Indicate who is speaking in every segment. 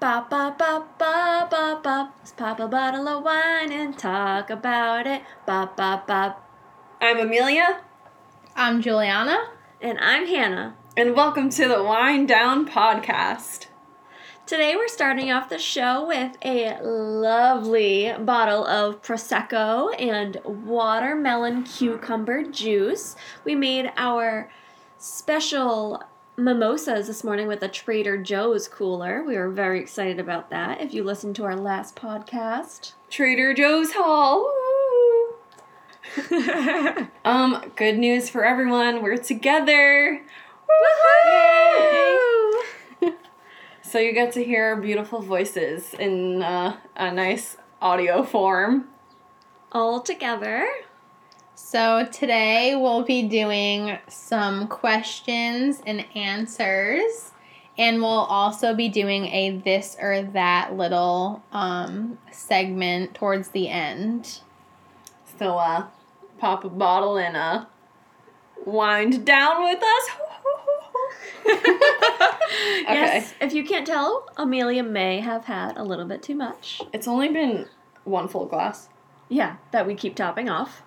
Speaker 1: Ba ba ba ba ba ba. Let's pop a bottle of wine and talk about it. Ba ba ba. I'm Amelia,
Speaker 2: I'm Juliana.
Speaker 1: and I'm Hannah.
Speaker 2: And welcome to the Wind Down Podcast.
Speaker 1: Today we're starting off the show with a lovely bottle of Prosecco and watermelon cucumber juice. We made our special mimosas this morning with a Trader Joe's cooler. We were very excited about that. If you listened to our last podcast,
Speaker 2: Trader Joe's Hall. Woo! Um, good news for everyone. We're together.
Speaker 1: Woohoo!
Speaker 2: So you get to hear our beautiful voices in uh, a nice audio form.
Speaker 1: All together.
Speaker 3: So today we'll be doing some questions and answers, and we'll also be doing a this or that little um, segment towards the end.
Speaker 2: So uh, pop a bottle and uh, wind down with us. okay.
Speaker 1: Yes, if you can't tell, Amelia may have had a little bit too much.
Speaker 2: It's only been one full glass.
Speaker 1: Yeah, that we keep topping off.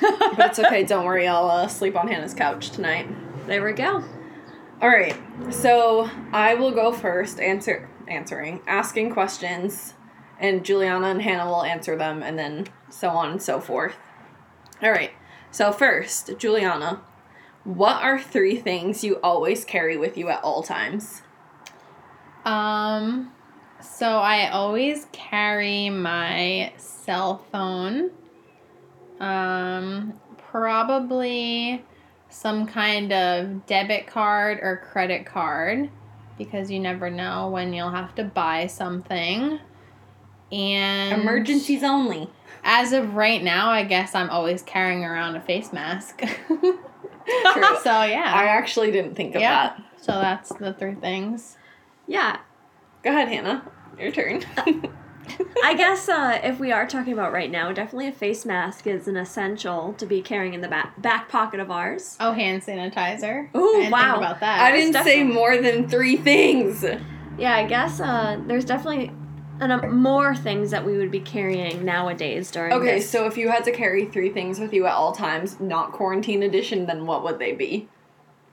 Speaker 2: But it's okay, don't worry, I'll uh, sleep on Hannah's couch tonight.
Speaker 1: There we go.
Speaker 2: All right, so I will go first, answer answering, asking questions, and Juliana and Hannah will answer them, and then so on and so forth. All right, so first, Juliana, what are three things you always carry with you at all times?
Speaker 3: Um, so I always carry my cell phone. Um, probably some kind of debit card or credit card because you never know when you'll have to buy something. And
Speaker 2: Emergencies only.
Speaker 3: As of right now, I guess I'm always carrying around a face mask.
Speaker 2: True.
Speaker 3: so
Speaker 2: I
Speaker 3: yeah.
Speaker 2: actually didn't think of
Speaker 3: Yeah.
Speaker 2: that.
Speaker 3: So that's the three things.
Speaker 1: Yeah,
Speaker 2: Go ahead, Hannah. Your turn.
Speaker 1: I guess uh, if we are talking about right now, definitely a face mask is an essential to be carrying in the back, back pocket of ours.
Speaker 3: Oh, hand sanitizer.
Speaker 1: Ooh,
Speaker 3: I didn't
Speaker 1: wow.
Speaker 3: Think about that.
Speaker 2: I didn't say
Speaker 1: definitely-
Speaker 2: more than three things.
Speaker 1: Yeah, I guess uh, there's definitely an, uh, more things that we would be carrying nowadays during
Speaker 2: Okay,
Speaker 1: this.
Speaker 2: so if you had to carry three things with you at all times, not quarantine edition, then what would they be?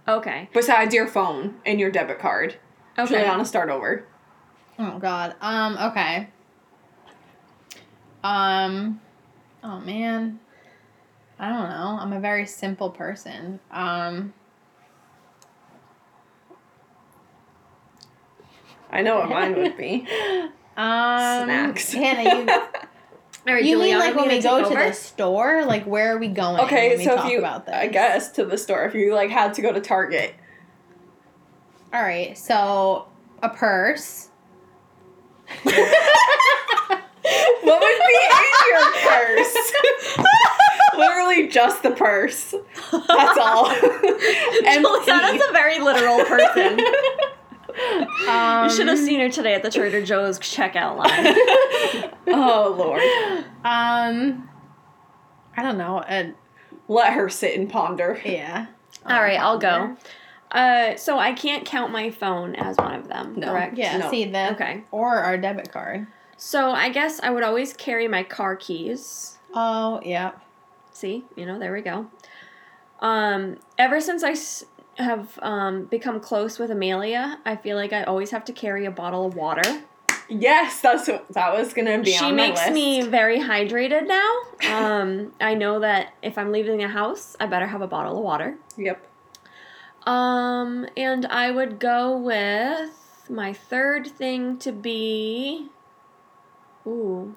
Speaker 1: Okay.
Speaker 2: Besides your phone and your debit card.
Speaker 1: Okay.
Speaker 2: Juliana, start over.
Speaker 3: Oh God. Um. Okay. Um. Oh man. I don't know. I'm a very simple person. Um.
Speaker 2: I know what mine would be.
Speaker 3: Um,
Speaker 2: Snacks.
Speaker 3: Hannah,
Speaker 1: All
Speaker 3: you,
Speaker 1: right,
Speaker 3: you mean
Speaker 1: Juliana,
Speaker 3: like when
Speaker 1: you
Speaker 3: we
Speaker 1: gonna
Speaker 3: go
Speaker 1: take
Speaker 3: to
Speaker 1: over?
Speaker 3: the store? Like where are we going?
Speaker 2: okay,
Speaker 3: when we
Speaker 2: so
Speaker 3: talk
Speaker 2: if you,
Speaker 3: about this?
Speaker 2: I guess, to the store, if you like had to go to Target,
Speaker 3: All right. So a purse.
Speaker 2: what would be in your purse? Literally just the purse. That's all.
Speaker 1: Juliana's a very literal person.
Speaker 3: Um,
Speaker 1: you should have seen her today at the Trader Joe's checkout line.
Speaker 2: oh lord.
Speaker 3: Um. I don't know. Uh,
Speaker 2: Let her sit and ponder.
Speaker 3: yeah.
Speaker 1: All right, I'll go. Um, Uh, so I can't count my phone as one of them,
Speaker 2: No.
Speaker 1: correct?
Speaker 3: Yeah.
Speaker 2: No.
Speaker 3: See the
Speaker 1: Okay.
Speaker 3: or our debit card.
Speaker 1: So I guess I would always carry my car keys.
Speaker 3: Oh yeah.
Speaker 1: See, you know, there we go. Um, ever since I s- have um, become close with Amelia, I feel like I always have to carry a bottle of water.
Speaker 2: Yes, that's what, that was gonna be
Speaker 1: she
Speaker 2: on my
Speaker 1: makes
Speaker 2: list.
Speaker 1: me very hydrated now. Um, I know that if I'm leaving the house, I better have a bottle of water.
Speaker 2: Yep.
Speaker 1: Um, and I would go with my third thing to be. Ooh.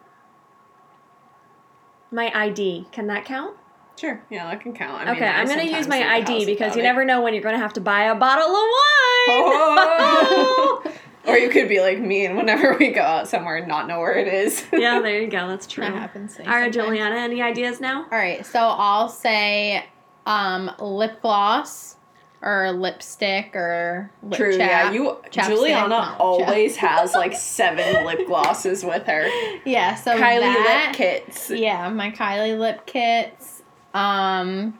Speaker 1: My ID. Can that count?
Speaker 2: Sure. Yeah, that can count. I mean,
Speaker 1: okay,
Speaker 2: I
Speaker 1: I'm gonna
Speaker 2: sometimes
Speaker 1: use
Speaker 2: leave the
Speaker 1: my
Speaker 2: house
Speaker 1: ID because
Speaker 2: without
Speaker 1: you
Speaker 2: it.
Speaker 1: never know when you're gonna have to buy a bottle of wine.
Speaker 2: Oh. or you could be like me and whenever we go out somewhere and not know where it is.
Speaker 1: yeah, there you go. That's true.
Speaker 3: That happens. to me
Speaker 1: All right,
Speaker 3: sometimes.
Speaker 1: Juliana. Any ideas now?
Speaker 3: All right, so I'll say um, lip gloss or lipstick or lip
Speaker 2: True. yeah,
Speaker 3: chap.
Speaker 2: you
Speaker 3: chapstick, not
Speaker 2: Juliana
Speaker 3: lip
Speaker 2: always has like seven lip glosses with her.
Speaker 3: yeah. So
Speaker 2: Kylie
Speaker 3: that,
Speaker 2: lip kits.
Speaker 3: Yeah, my Kylie lip kits. Um,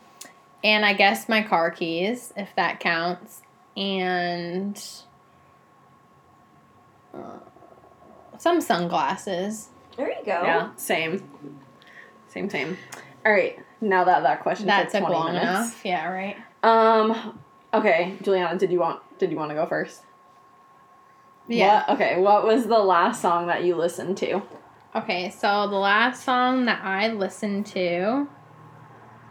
Speaker 3: and I guess my car keys, if that counts, and. uh, some sunglasses.
Speaker 1: There you go.
Speaker 2: Yeah, same. Same, same. All right, now that that question
Speaker 3: That
Speaker 2: took
Speaker 3: took
Speaker 2: 20
Speaker 3: long
Speaker 2: minutes.
Speaker 3: enough. Yeah, right.
Speaker 2: Um, okay, Juliana, did you want did you want to go first?
Speaker 3: Yeah.
Speaker 2: What- okay, what was the last song that you listened to?
Speaker 3: Okay, so the last song that I listened to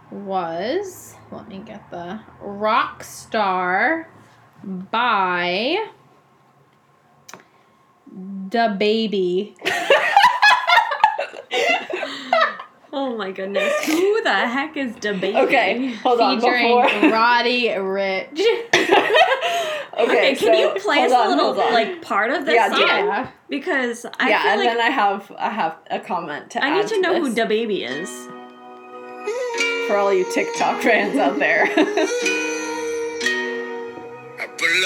Speaker 3: was let me get the Rock Star by the baby.
Speaker 1: Oh my goodness. Who the heck is debating?
Speaker 2: Okay, hold on.
Speaker 3: featuring
Speaker 2: Before
Speaker 3: Roddy Rich.
Speaker 1: Okay,
Speaker 2: okay,
Speaker 1: can
Speaker 2: so-
Speaker 1: you play us
Speaker 2: hold
Speaker 1: a
Speaker 2: on,
Speaker 1: little
Speaker 2: hold on.
Speaker 1: like part of this
Speaker 2: Yeah,
Speaker 1: song?
Speaker 2: do it.
Speaker 3: Yeah.
Speaker 1: Because I
Speaker 2: yeah, and
Speaker 1: feel
Speaker 2: then
Speaker 1: like
Speaker 2: I have I have a comment to
Speaker 1: I,
Speaker 2: add
Speaker 1: need to know who
Speaker 2: this
Speaker 1: Da Baby is.
Speaker 2: for all you TikTok fans out there.
Speaker 4: I pull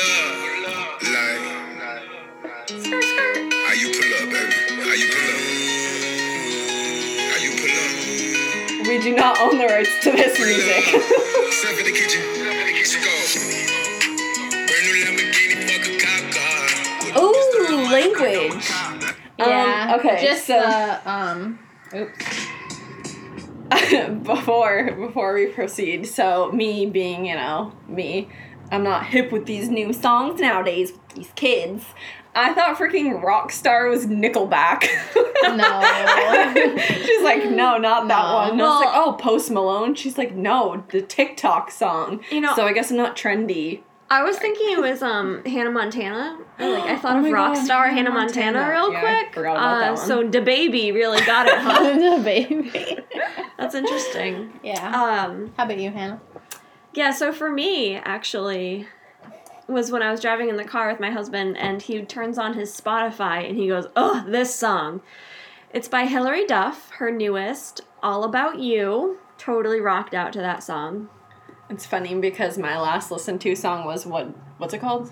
Speaker 4: up, like. How you pull up, baby? How you pull up? How you pull up?
Speaker 2: we do not own the rights to this music.
Speaker 4: Step in the kitchen. Let's go. Brand new Lamborghini, fuck a cop car.
Speaker 2: Ooh, language.
Speaker 3: Yeah.
Speaker 2: okay,
Speaker 3: Just
Speaker 2: so-
Speaker 3: the um oops.
Speaker 2: before before we proceed, so me being you know me, I'm not hip with these new songs nowadays with these kids. I thought freaking Rockstar was Nickelback.
Speaker 3: No.
Speaker 2: She's like, no, not that
Speaker 3: No.
Speaker 2: one. And I was like,
Speaker 1: Well-
Speaker 2: oh, Post Malone. She's like, no, the TikTok song.
Speaker 1: You know-
Speaker 2: so I guess I'm not trendy.
Speaker 1: I was thinking it was um Hannah Montana. Or, Like I thought
Speaker 2: Oh
Speaker 1: of
Speaker 2: my God,
Speaker 1: Rockstar
Speaker 2: Hannah
Speaker 1: Hannah Montana,
Speaker 2: Montana.
Speaker 1: real
Speaker 2: Yeah, I
Speaker 1: quick.
Speaker 2: forgot about that
Speaker 1: uh,
Speaker 2: one.
Speaker 1: So Da Baby really got it, huh?
Speaker 3: the baby.
Speaker 1: That's interesting.
Speaker 3: Yeah.
Speaker 1: Um,
Speaker 3: How about you, Hannah?
Speaker 1: yeah. So for me, actually, was when I was driving in the car with my husband, and he turns on his Spotify, and he goes, "Oh, this song." It's by Hilary Duff, her newest "All About You." Totally rocked out to that song.
Speaker 2: It's funny because my last listened to song was what what's it called?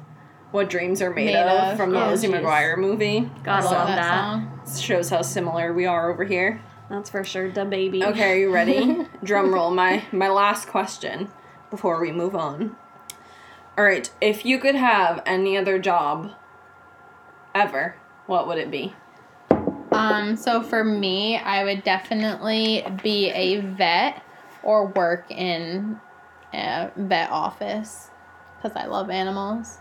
Speaker 2: What dreams are made,
Speaker 3: Made
Speaker 2: of,
Speaker 3: of.
Speaker 2: from the
Speaker 3: Oh,
Speaker 2: Lizzie
Speaker 3: jeez.
Speaker 2: McGuire movie.
Speaker 1: Gotta
Speaker 2: So
Speaker 1: love that.
Speaker 3: song.
Speaker 2: Shows how similar we are over here.
Speaker 1: That's for sure. Da Baby.
Speaker 2: Okay, are you ready? Drum roll. My my last question before we move on. All right, if you could have any other job ever, what would it be?
Speaker 3: Um, so for me, I would definitely be a vet or work in a vet office because I love animals.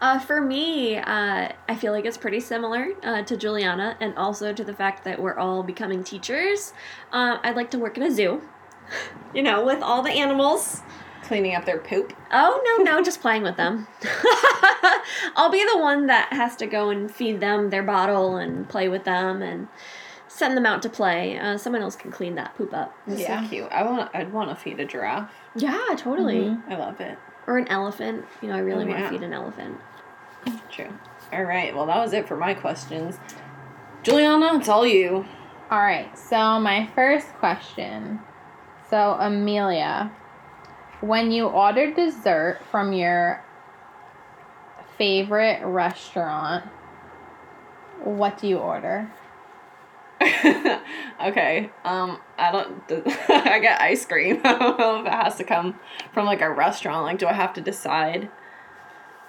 Speaker 1: Uh, for me, uh, I feel like it's pretty similar uh, to Juliana and also to the fact that we're all becoming teachers. Uh, I'd like to work in a zoo, you know, with all the animals.
Speaker 2: Cleaning up their poop.
Speaker 1: Oh, no, no, just playing with them. I'll be the one that has to go and feed them their bottle and play with them and send them out to play. Uh, someone else can clean that poop up.
Speaker 2: That's
Speaker 3: Yeah.
Speaker 2: so cute. I want. I'd want to feed a giraffe.
Speaker 1: Yeah, totally.
Speaker 3: Mhm.
Speaker 2: I love it.
Speaker 1: Or an elephant. You know, I really
Speaker 2: Mm-hmm. Oh,
Speaker 1: want
Speaker 2: yeah.
Speaker 1: to feed an elephant.
Speaker 2: True. All right. Well, that was it for my questions. Juliana, it's all you.
Speaker 3: All right, so my first question. So, Amelia, when you order dessert from your favorite restaurant, what do you order?
Speaker 2: okay. Um, I don't. I get ice cream. I don't know if it has to come from like a restaurant. Like, do I have to decide?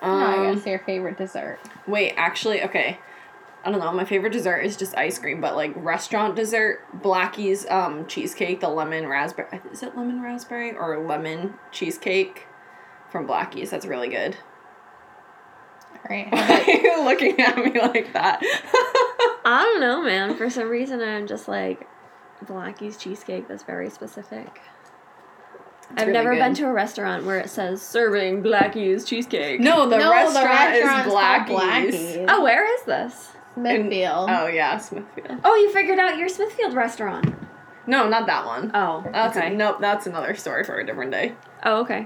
Speaker 2: Um,
Speaker 3: No, I guess your favorite dessert.
Speaker 2: Wait, actually, okay. I don't know. My favorite dessert is just ice cream, but like restaurant dessert, Blackie's um cheesecake, the lemon raspberry. Is it lemon raspberry or lemon cheesecake from Blackie's? That's really good.
Speaker 3: All right. how
Speaker 2: Why
Speaker 3: about-
Speaker 2: are you looking at me like that?
Speaker 1: I don't know, man. For some reason, I'm just like Blackie's cheesecake. That's very specific. I've
Speaker 2: really
Speaker 1: never been
Speaker 2: good.
Speaker 1: to a restaurant where it says serving Blackie's cheesecake.
Speaker 2: no, the,
Speaker 3: No,
Speaker 2: restaurant,
Speaker 3: restaurant's
Speaker 2: is
Speaker 3: called
Speaker 2: Blackie's.
Speaker 3: Blackie's.
Speaker 1: Oh, where is this?
Speaker 2: In-
Speaker 3: Smithfield.
Speaker 2: oh yeah, Smithfield.
Speaker 1: Oh, you figured out your Smithfield restaurant.
Speaker 2: No, not that one.
Speaker 1: Oh,
Speaker 2: That's
Speaker 1: okay.
Speaker 2: nope, that's another story for a different day.
Speaker 1: oh, okay.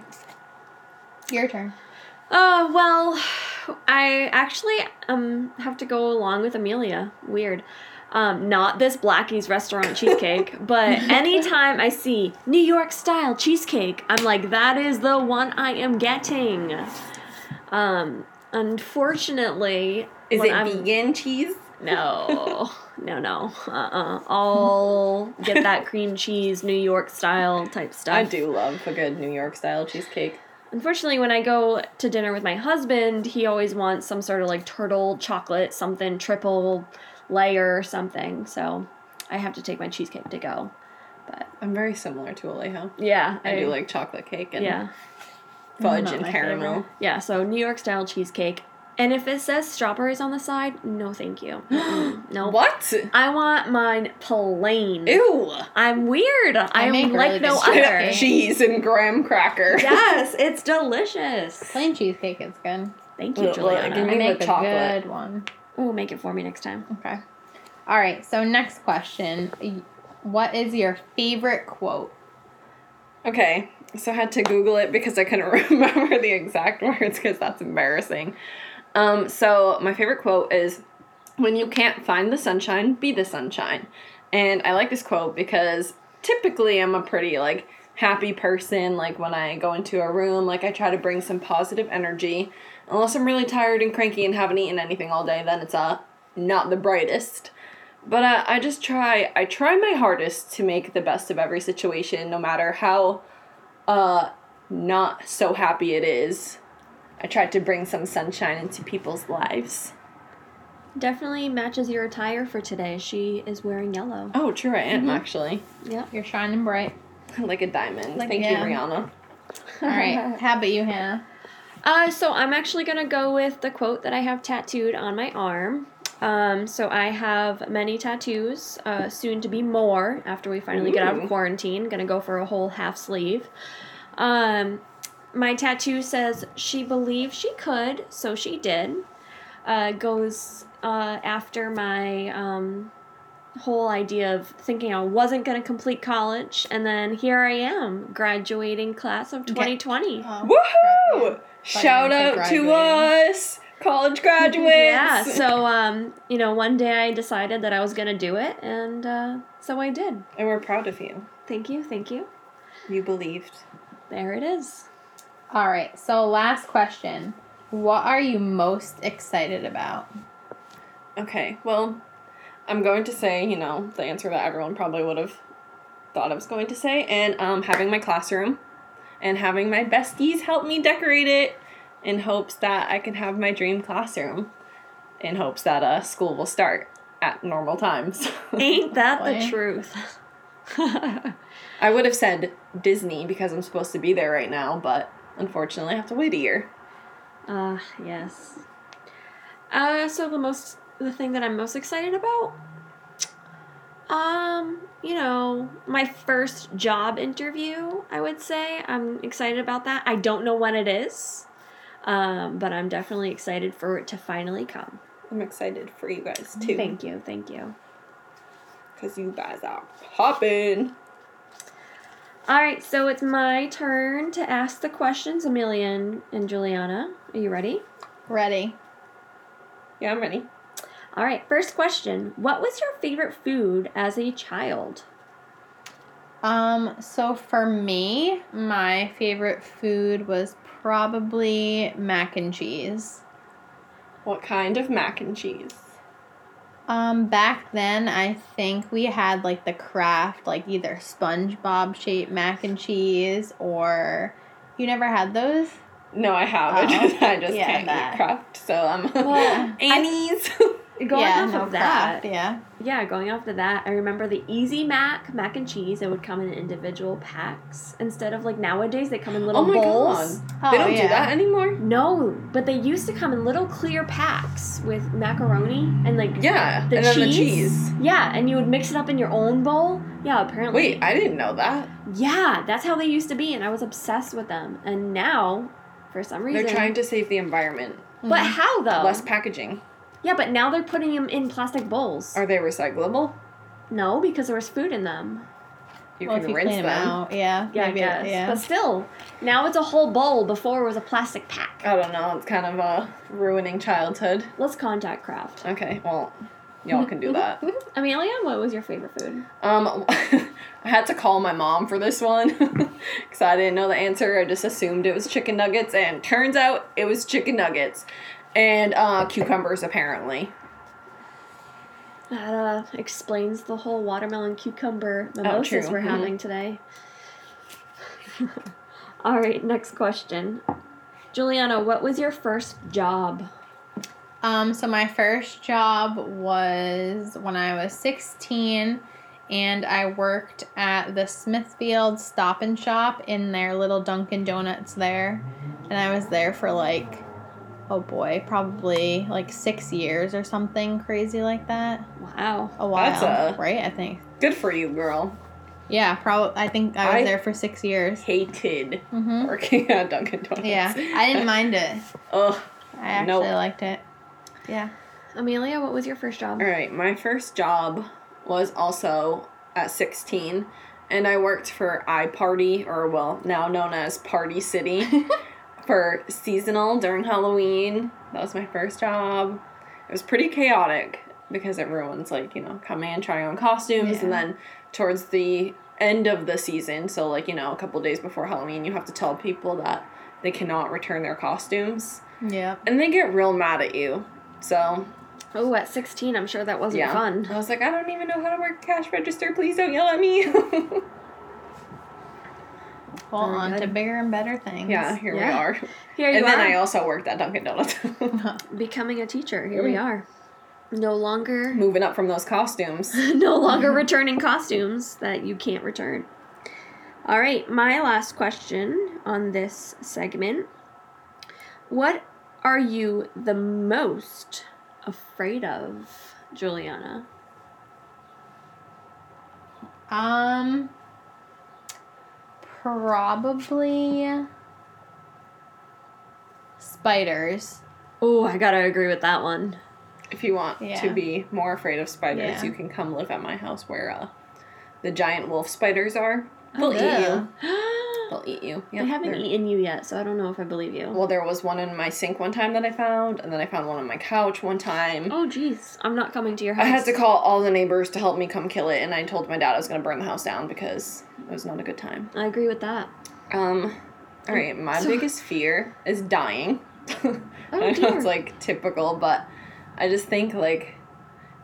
Speaker 3: Your turn.
Speaker 1: Uh, well, I actually um have to go along with Amelia. Weird. Um, not this Blackie's restaurant cheesecake, but anytime I see New York style cheesecake, I'm like, that is the one I am getting. Um, unfortunately,
Speaker 2: Is
Speaker 1: when
Speaker 2: it
Speaker 1: I'm-
Speaker 2: vegan cheese?
Speaker 1: No, no, no. Uh-uh. I'll get that cream cheese New York style type stuff.
Speaker 2: I do love a good New York style cheesecake.
Speaker 1: Unfortunately, when I go to dinner with my husband, he always wants some sort of like turtle chocolate something triple layer or something. So I have to take my cheesecake to go. But
Speaker 2: I'm very similar to Alejo.
Speaker 1: yeah,
Speaker 2: I do like chocolate cake and
Speaker 1: yeah,
Speaker 2: fudge
Speaker 3: Not
Speaker 2: and
Speaker 3: my
Speaker 2: caramel.
Speaker 1: yeah. So New York style cheesecake, and if it says strawberries on the side, no, thank you. Mm-mm, no,
Speaker 2: What?
Speaker 1: I want mine plain.
Speaker 2: Ew.
Speaker 1: I'm weird. I am
Speaker 3: make really
Speaker 1: like
Speaker 3: good
Speaker 1: no other.
Speaker 3: cheesecake.
Speaker 2: Cheese and graham cracker.
Speaker 1: yes, it's delicious.
Speaker 3: Plain cheesecake is good.
Speaker 1: Thank you,
Speaker 2: Ugh, give
Speaker 1: Juliana.
Speaker 2: me-
Speaker 3: I
Speaker 2: the
Speaker 3: make a
Speaker 2: chocolate.
Speaker 3: good one.
Speaker 1: Oh, make it for me next time.
Speaker 3: Okay. All right. So next question. What is your favorite quote?
Speaker 2: Okay, so I had to Google it because I couldn't remember the exact words because that's embarrassing. Um, so my favorite quote is, "When you can't find the sunshine, be the sunshine," and I like this quote because typically I'm a pretty like happy person. Like when I go into a room, like I try to bring some positive energy. Unless I'm really tired and cranky and haven't eaten anything all day, then it's uh not the brightest. But uh, I just try. I try my hardest to make the best of every situation, no matter how uh, not so happy it is. I tried to bring some sunshine into people's lives.
Speaker 1: Definitely matches your attire for today. She is wearing yellow.
Speaker 2: Oh, true, I am actually
Speaker 1: Yep.
Speaker 3: You're shining bright.
Speaker 2: like a diamond.
Speaker 3: Like-
Speaker 2: Thank
Speaker 3: yeah.
Speaker 2: you, Rihanna.
Speaker 3: All right. How about you, Hannah?
Speaker 1: Uh, so I'm actually gonna go with the quote that I have tattooed on my arm. Um, so I have many tattoos, uh, soon to be more after we finally get out of
Speaker 2: Ooh.
Speaker 1: quarantine. Gonna go for a whole half sleeve. Um, my tattoo says, She believed she could, so she did. Uh, goes uh, after my um, whole idea of thinking I wasn't going to complete college, and then here I am, graduating class of 2020.
Speaker 2: Woohoo! Shout
Speaker 3: Finally,
Speaker 2: out to
Speaker 3: graduating.
Speaker 2: us, college graduates.
Speaker 1: Yeah, so um, you know, one day I decided that I was gonna do it, and uh, so I did.
Speaker 2: and we're proud of you.
Speaker 1: Thank you, thank you.
Speaker 2: You believed.
Speaker 1: There it is.
Speaker 3: All right. So last question. What are you most excited about?
Speaker 2: Okay, well, I'm going to say, you know, the answer that everyone probably would have thought I was going to say, and um, having my classroom and having my besties help me decorate it in hopes that I can have my dream classroom in hopes that uh, school will start at normal times.
Speaker 1: Ain't that the
Speaker 3: Boy.
Speaker 1: truth?
Speaker 2: I would have said Disney because I'm supposed to be there right now, but unfortunately I have to wait a year.
Speaker 1: Ah, yes. Uh, so the most, the thing that I'm most excited about, um, you know, my first job interview. I would say I'm excited about that. I don't know when it is, um, but I'm definitely excited for it to finally come.
Speaker 2: I'm excited for you guys too
Speaker 1: Thank you, thank you.
Speaker 2: because you guys are popping.
Speaker 1: All right, so it's my turn to ask the questions, Amelia and- and Juliana. Are you ready?
Speaker 3: Ready.
Speaker 2: Yeah, I'm ready.
Speaker 1: All right, first question. What was your favorite food as a child?
Speaker 3: Um, so for me, my favorite food was probably mac and cheese.
Speaker 2: What kind of mac and cheese?
Speaker 3: Um, back then I think we had like the craft, like either SpongeBob shaped mac and cheese or you never had those?
Speaker 2: No, I haven't.
Speaker 3: Oh.
Speaker 2: I just
Speaker 3: Yeah,
Speaker 2: can't
Speaker 3: that.
Speaker 2: eat craft, so I'm Oh
Speaker 3: Well,
Speaker 2: Annie's.
Speaker 1: Going off of that.
Speaker 3: craft, yeah.
Speaker 1: Yeah, going off of that, I remember the Easy Mac mac and cheese. It would come in individual packs instead of like nowadays they come in little
Speaker 2: oh my
Speaker 1: bowls.
Speaker 2: god,
Speaker 3: Oh,
Speaker 2: they don't
Speaker 3: yeah.
Speaker 2: do that anymore.
Speaker 1: No, but they used to come in little clear packs with macaroni and like
Speaker 2: Yeah,
Speaker 1: the
Speaker 2: and
Speaker 1: cheese.
Speaker 2: then the cheese.
Speaker 1: Yeah, and you would mix it up in your own bowl. Yeah, apparently.
Speaker 2: Wait, I didn't know that.
Speaker 1: Yeah, that's how they used to be, and I was obsessed with them. And now, for some reason,
Speaker 2: They're trying to save the environment.
Speaker 1: But how
Speaker 3: Oh.
Speaker 1: though?
Speaker 2: Less packaging.
Speaker 1: yeah, but now they're putting them in plastic bowls.
Speaker 2: Are they recyclable?
Speaker 1: no, because there was food in them.
Speaker 2: You
Speaker 3: Well, if
Speaker 2: can
Speaker 3: you
Speaker 2: rinse
Speaker 3: clean 'em
Speaker 2: them.
Speaker 3: out, yeah.
Speaker 1: Yeah,
Speaker 3: maybe,
Speaker 1: I guess.
Speaker 3: yeah.
Speaker 1: But still, now it's a whole bowl. Before it was a plastic pack.
Speaker 2: I don't know. It's kind of uh, ruining childhood.
Speaker 1: Let's contact Kraft.
Speaker 2: Okay, well, y'all can do that.
Speaker 1: Amelia, what was your favorite food?
Speaker 2: Um, I had to call my mom for this one because I didn't know the answer. I just assumed it was chicken nuggets, and turns out it was chicken nuggets and uh, cucumbers. Apparently,
Speaker 1: That uh, explains the whole Oh, Mm-hmm. watermelon cucumber mimosas
Speaker 2: true.
Speaker 1: we're
Speaker 2: Mhm.
Speaker 1: having today. All right, next question. Juliana, what was your first job?
Speaker 3: Um, so my first job was when I was 16 and I worked at the Smithfield Stop and Shop in their little Dunkin' Donuts there. And I was there for like oh boy, probably like 6 years or something crazy like that.
Speaker 1: Wow.
Speaker 3: A while,
Speaker 2: That's a-
Speaker 3: right? I think.
Speaker 2: Good for you, girl.
Speaker 3: Yeah, probably I think I was
Speaker 2: I-
Speaker 3: there for 6 years.
Speaker 2: Hated
Speaker 3: Mhm.
Speaker 2: working at Dunkin' Donuts.
Speaker 3: Yeah. I didn't mind it.
Speaker 2: Ugh.
Speaker 3: I actually
Speaker 2: Nope.
Speaker 3: liked it. Yeah.
Speaker 1: Amelia, what was your first job?
Speaker 2: All right, my first job was also at 16, and I worked for iParty, or well, now known as Party City, for seasonal during Halloween. That was my first job. It was pretty chaotic because everyone's like, you know, coming and trying on costumes, and
Speaker 3: Yeah.
Speaker 2: then towards the end of the season, so like, you know, a couple days before Halloween, you have to tell people that they cannot return their costumes,
Speaker 3: Yep.
Speaker 2: and they get real mad at you. So
Speaker 1: Oh, at 16, I'm sure that wasn't fun.
Speaker 2: I was like, I don't even know how to work cash register. Please don't yell at me.
Speaker 3: Well,
Speaker 1: Very
Speaker 3: on to
Speaker 1: good.
Speaker 3: bigger and better things.
Speaker 2: yeah, here
Speaker 1: Yeah.
Speaker 2: we are.
Speaker 1: Here you
Speaker 2: And
Speaker 1: are,
Speaker 2: then I also worked at Dunkin' Donuts.
Speaker 1: becoming a teacher. Here
Speaker 2: Mm.
Speaker 1: we are. No longer
Speaker 2: Moving up from those costumes.
Speaker 1: no longer returning costumes that you can't return. All right, my last question on this segment. What are you the most afraid of, Juliana?
Speaker 3: Um, probably spiders.
Speaker 1: Oh, I gotta agree with that one.
Speaker 2: If you want
Speaker 3: Yeah.
Speaker 2: to be more afraid of spiders,
Speaker 3: Yeah.
Speaker 2: you can come live at my house where uh, the giant wolf spiders are. They'll eat
Speaker 3: yeah.
Speaker 2: you. They'll eat you.
Speaker 1: Oh, they haven't
Speaker 2: they're-
Speaker 1: eaten you yet, so I don't know if I believe you.
Speaker 2: Well, there was one in my sink one time that I found, and then I found one on my couch one time.
Speaker 1: Oh, jeez, I'm not coming to your house.
Speaker 2: I had to call all the neighbors to help me come kill it, and I told my dad I was going to burn the house down because it was not a good time.
Speaker 1: I agree with that.
Speaker 2: Um, all right, my
Speaker 1: So- Oh,
Speaker 2: biggest fear is dying. I know
Speaker 1: dear.
Speaker 2: it's like typical, but I just think like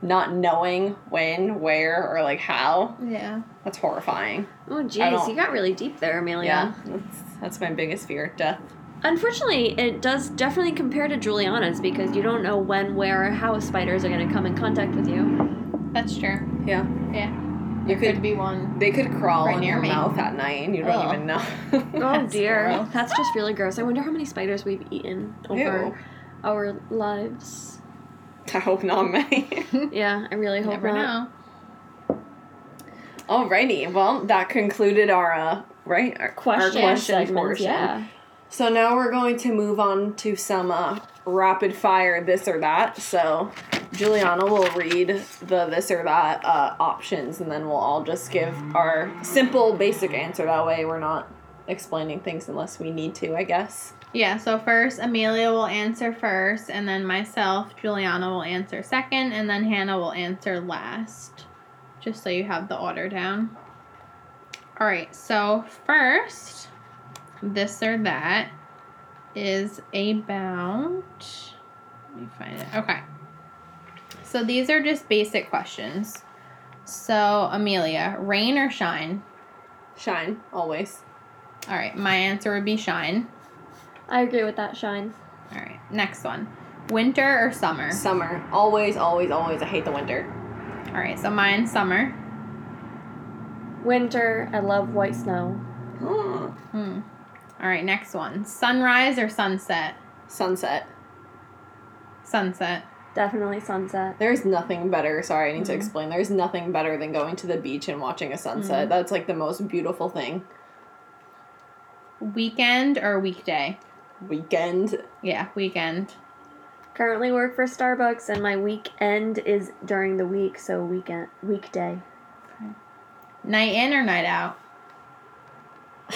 Speaker 2: not knowing when, where, or like how.
Speaker 3: Yeah.
Speaker 2: That's horrifying.
Speaker 1: Oh,
Speaker 2: I
Speaker 1: jeez,
Speaker 2: don't-
Speaker 1: you got really deep there, Amelia.
Speaker 2: Yeah, that's, that's my biggest fear death.
Speaker 1: Unfortunately, it does definitely compare to Juliana's because you don't know when, where, or how spiders are going to come in contact with you.
Speaker 3: That's true.
Speaker 2: Yeah.
Speaker 3: Yeah.
Speaker 2: You
Speaker 3: There
Speaker 2: could-
Speaker 3: could, be one.
Speaker 2: They could crawl
Speaker 3: Right
Speaker 2: in
Speaker 3: near
Speaker 2: your
Speaker 3: me.
Speaker 2: mouth at night and you don't
Speaker 3: Ugh.
Speaker 2: even know.
Speaker 1: Oh
Speaker 3: That's
Speaker 1: dear,
Speaker 3: gross.
Speaker 1: that's just really gross. I wonder how many spiders we've eaten over
Speaker 2: Ew.
Speaker 1: our lives.
Speaker 2: I hope not many.
Speaker 1: Yeah, I really
Speaker 3: You
Speaker 1: hope
Speaker 3: never
Speaker 1: not.
Speaker 3: know.
Speaker 2: Alrighty, well, that concluded our, uh, right? Our
Speaker 1: Question,
Speaker 2: our question
Speaker 1: segments,
Speaker 2: portion.
Speaker 1: yeah.
Speaker 2: So now we're going to move on to some uh, rapid fire this or that. So Juliana will read the this or that uh, options, and then we'll all just give our simple, basic answer. That way, we're not explaining things unless we need to, I guess.
Speaker 3: Yeah, so first Amelia will answer first, and then myself, Juliana will answer second, and then Hannah will answer last. Just so you have the order down. All right, so first, this or that is about. Let me find it. Okay. So these are just basic questions. So, Amelia, rain or shine?
Speaker 2: Shine always.
Speaker 3: All right, my answer would be shine.
Speaker 1: I agree with that, Shine.
Speaker 3: All right, next one. Winter or summer?
Speaker 2: Summer always, always, always. I hate the winter.
Speaker 3: All right, so mine's summer.
Speaker 1: Winter, I love white snow.
Speaker 2: Mm.
Speaker 3: Hmm. All right, next one. Sunrise or sunset?
Speaker 2: Sunset.
Speaker 3: Sunset.
Speaker 1: Definitely sunset.
Speaker 2: There's nothing better. Sorry, I need to
Speaker 3: Mhm.
Speaker 2: explain. There's nothing better than going to the beach and watching a sunset.
Speaker 3: Mhm.
Speaker 2: That's like the most beautiful thing.
Speaker 3: Weekend or weekday?
Speaker 2: Weekend.
Speaker 3: Yeah, weekend.
Speaker 1: Currently work for Starbucks, and my weekend is during the week, so weekend weekday.
Speaker 3: Night in or night out?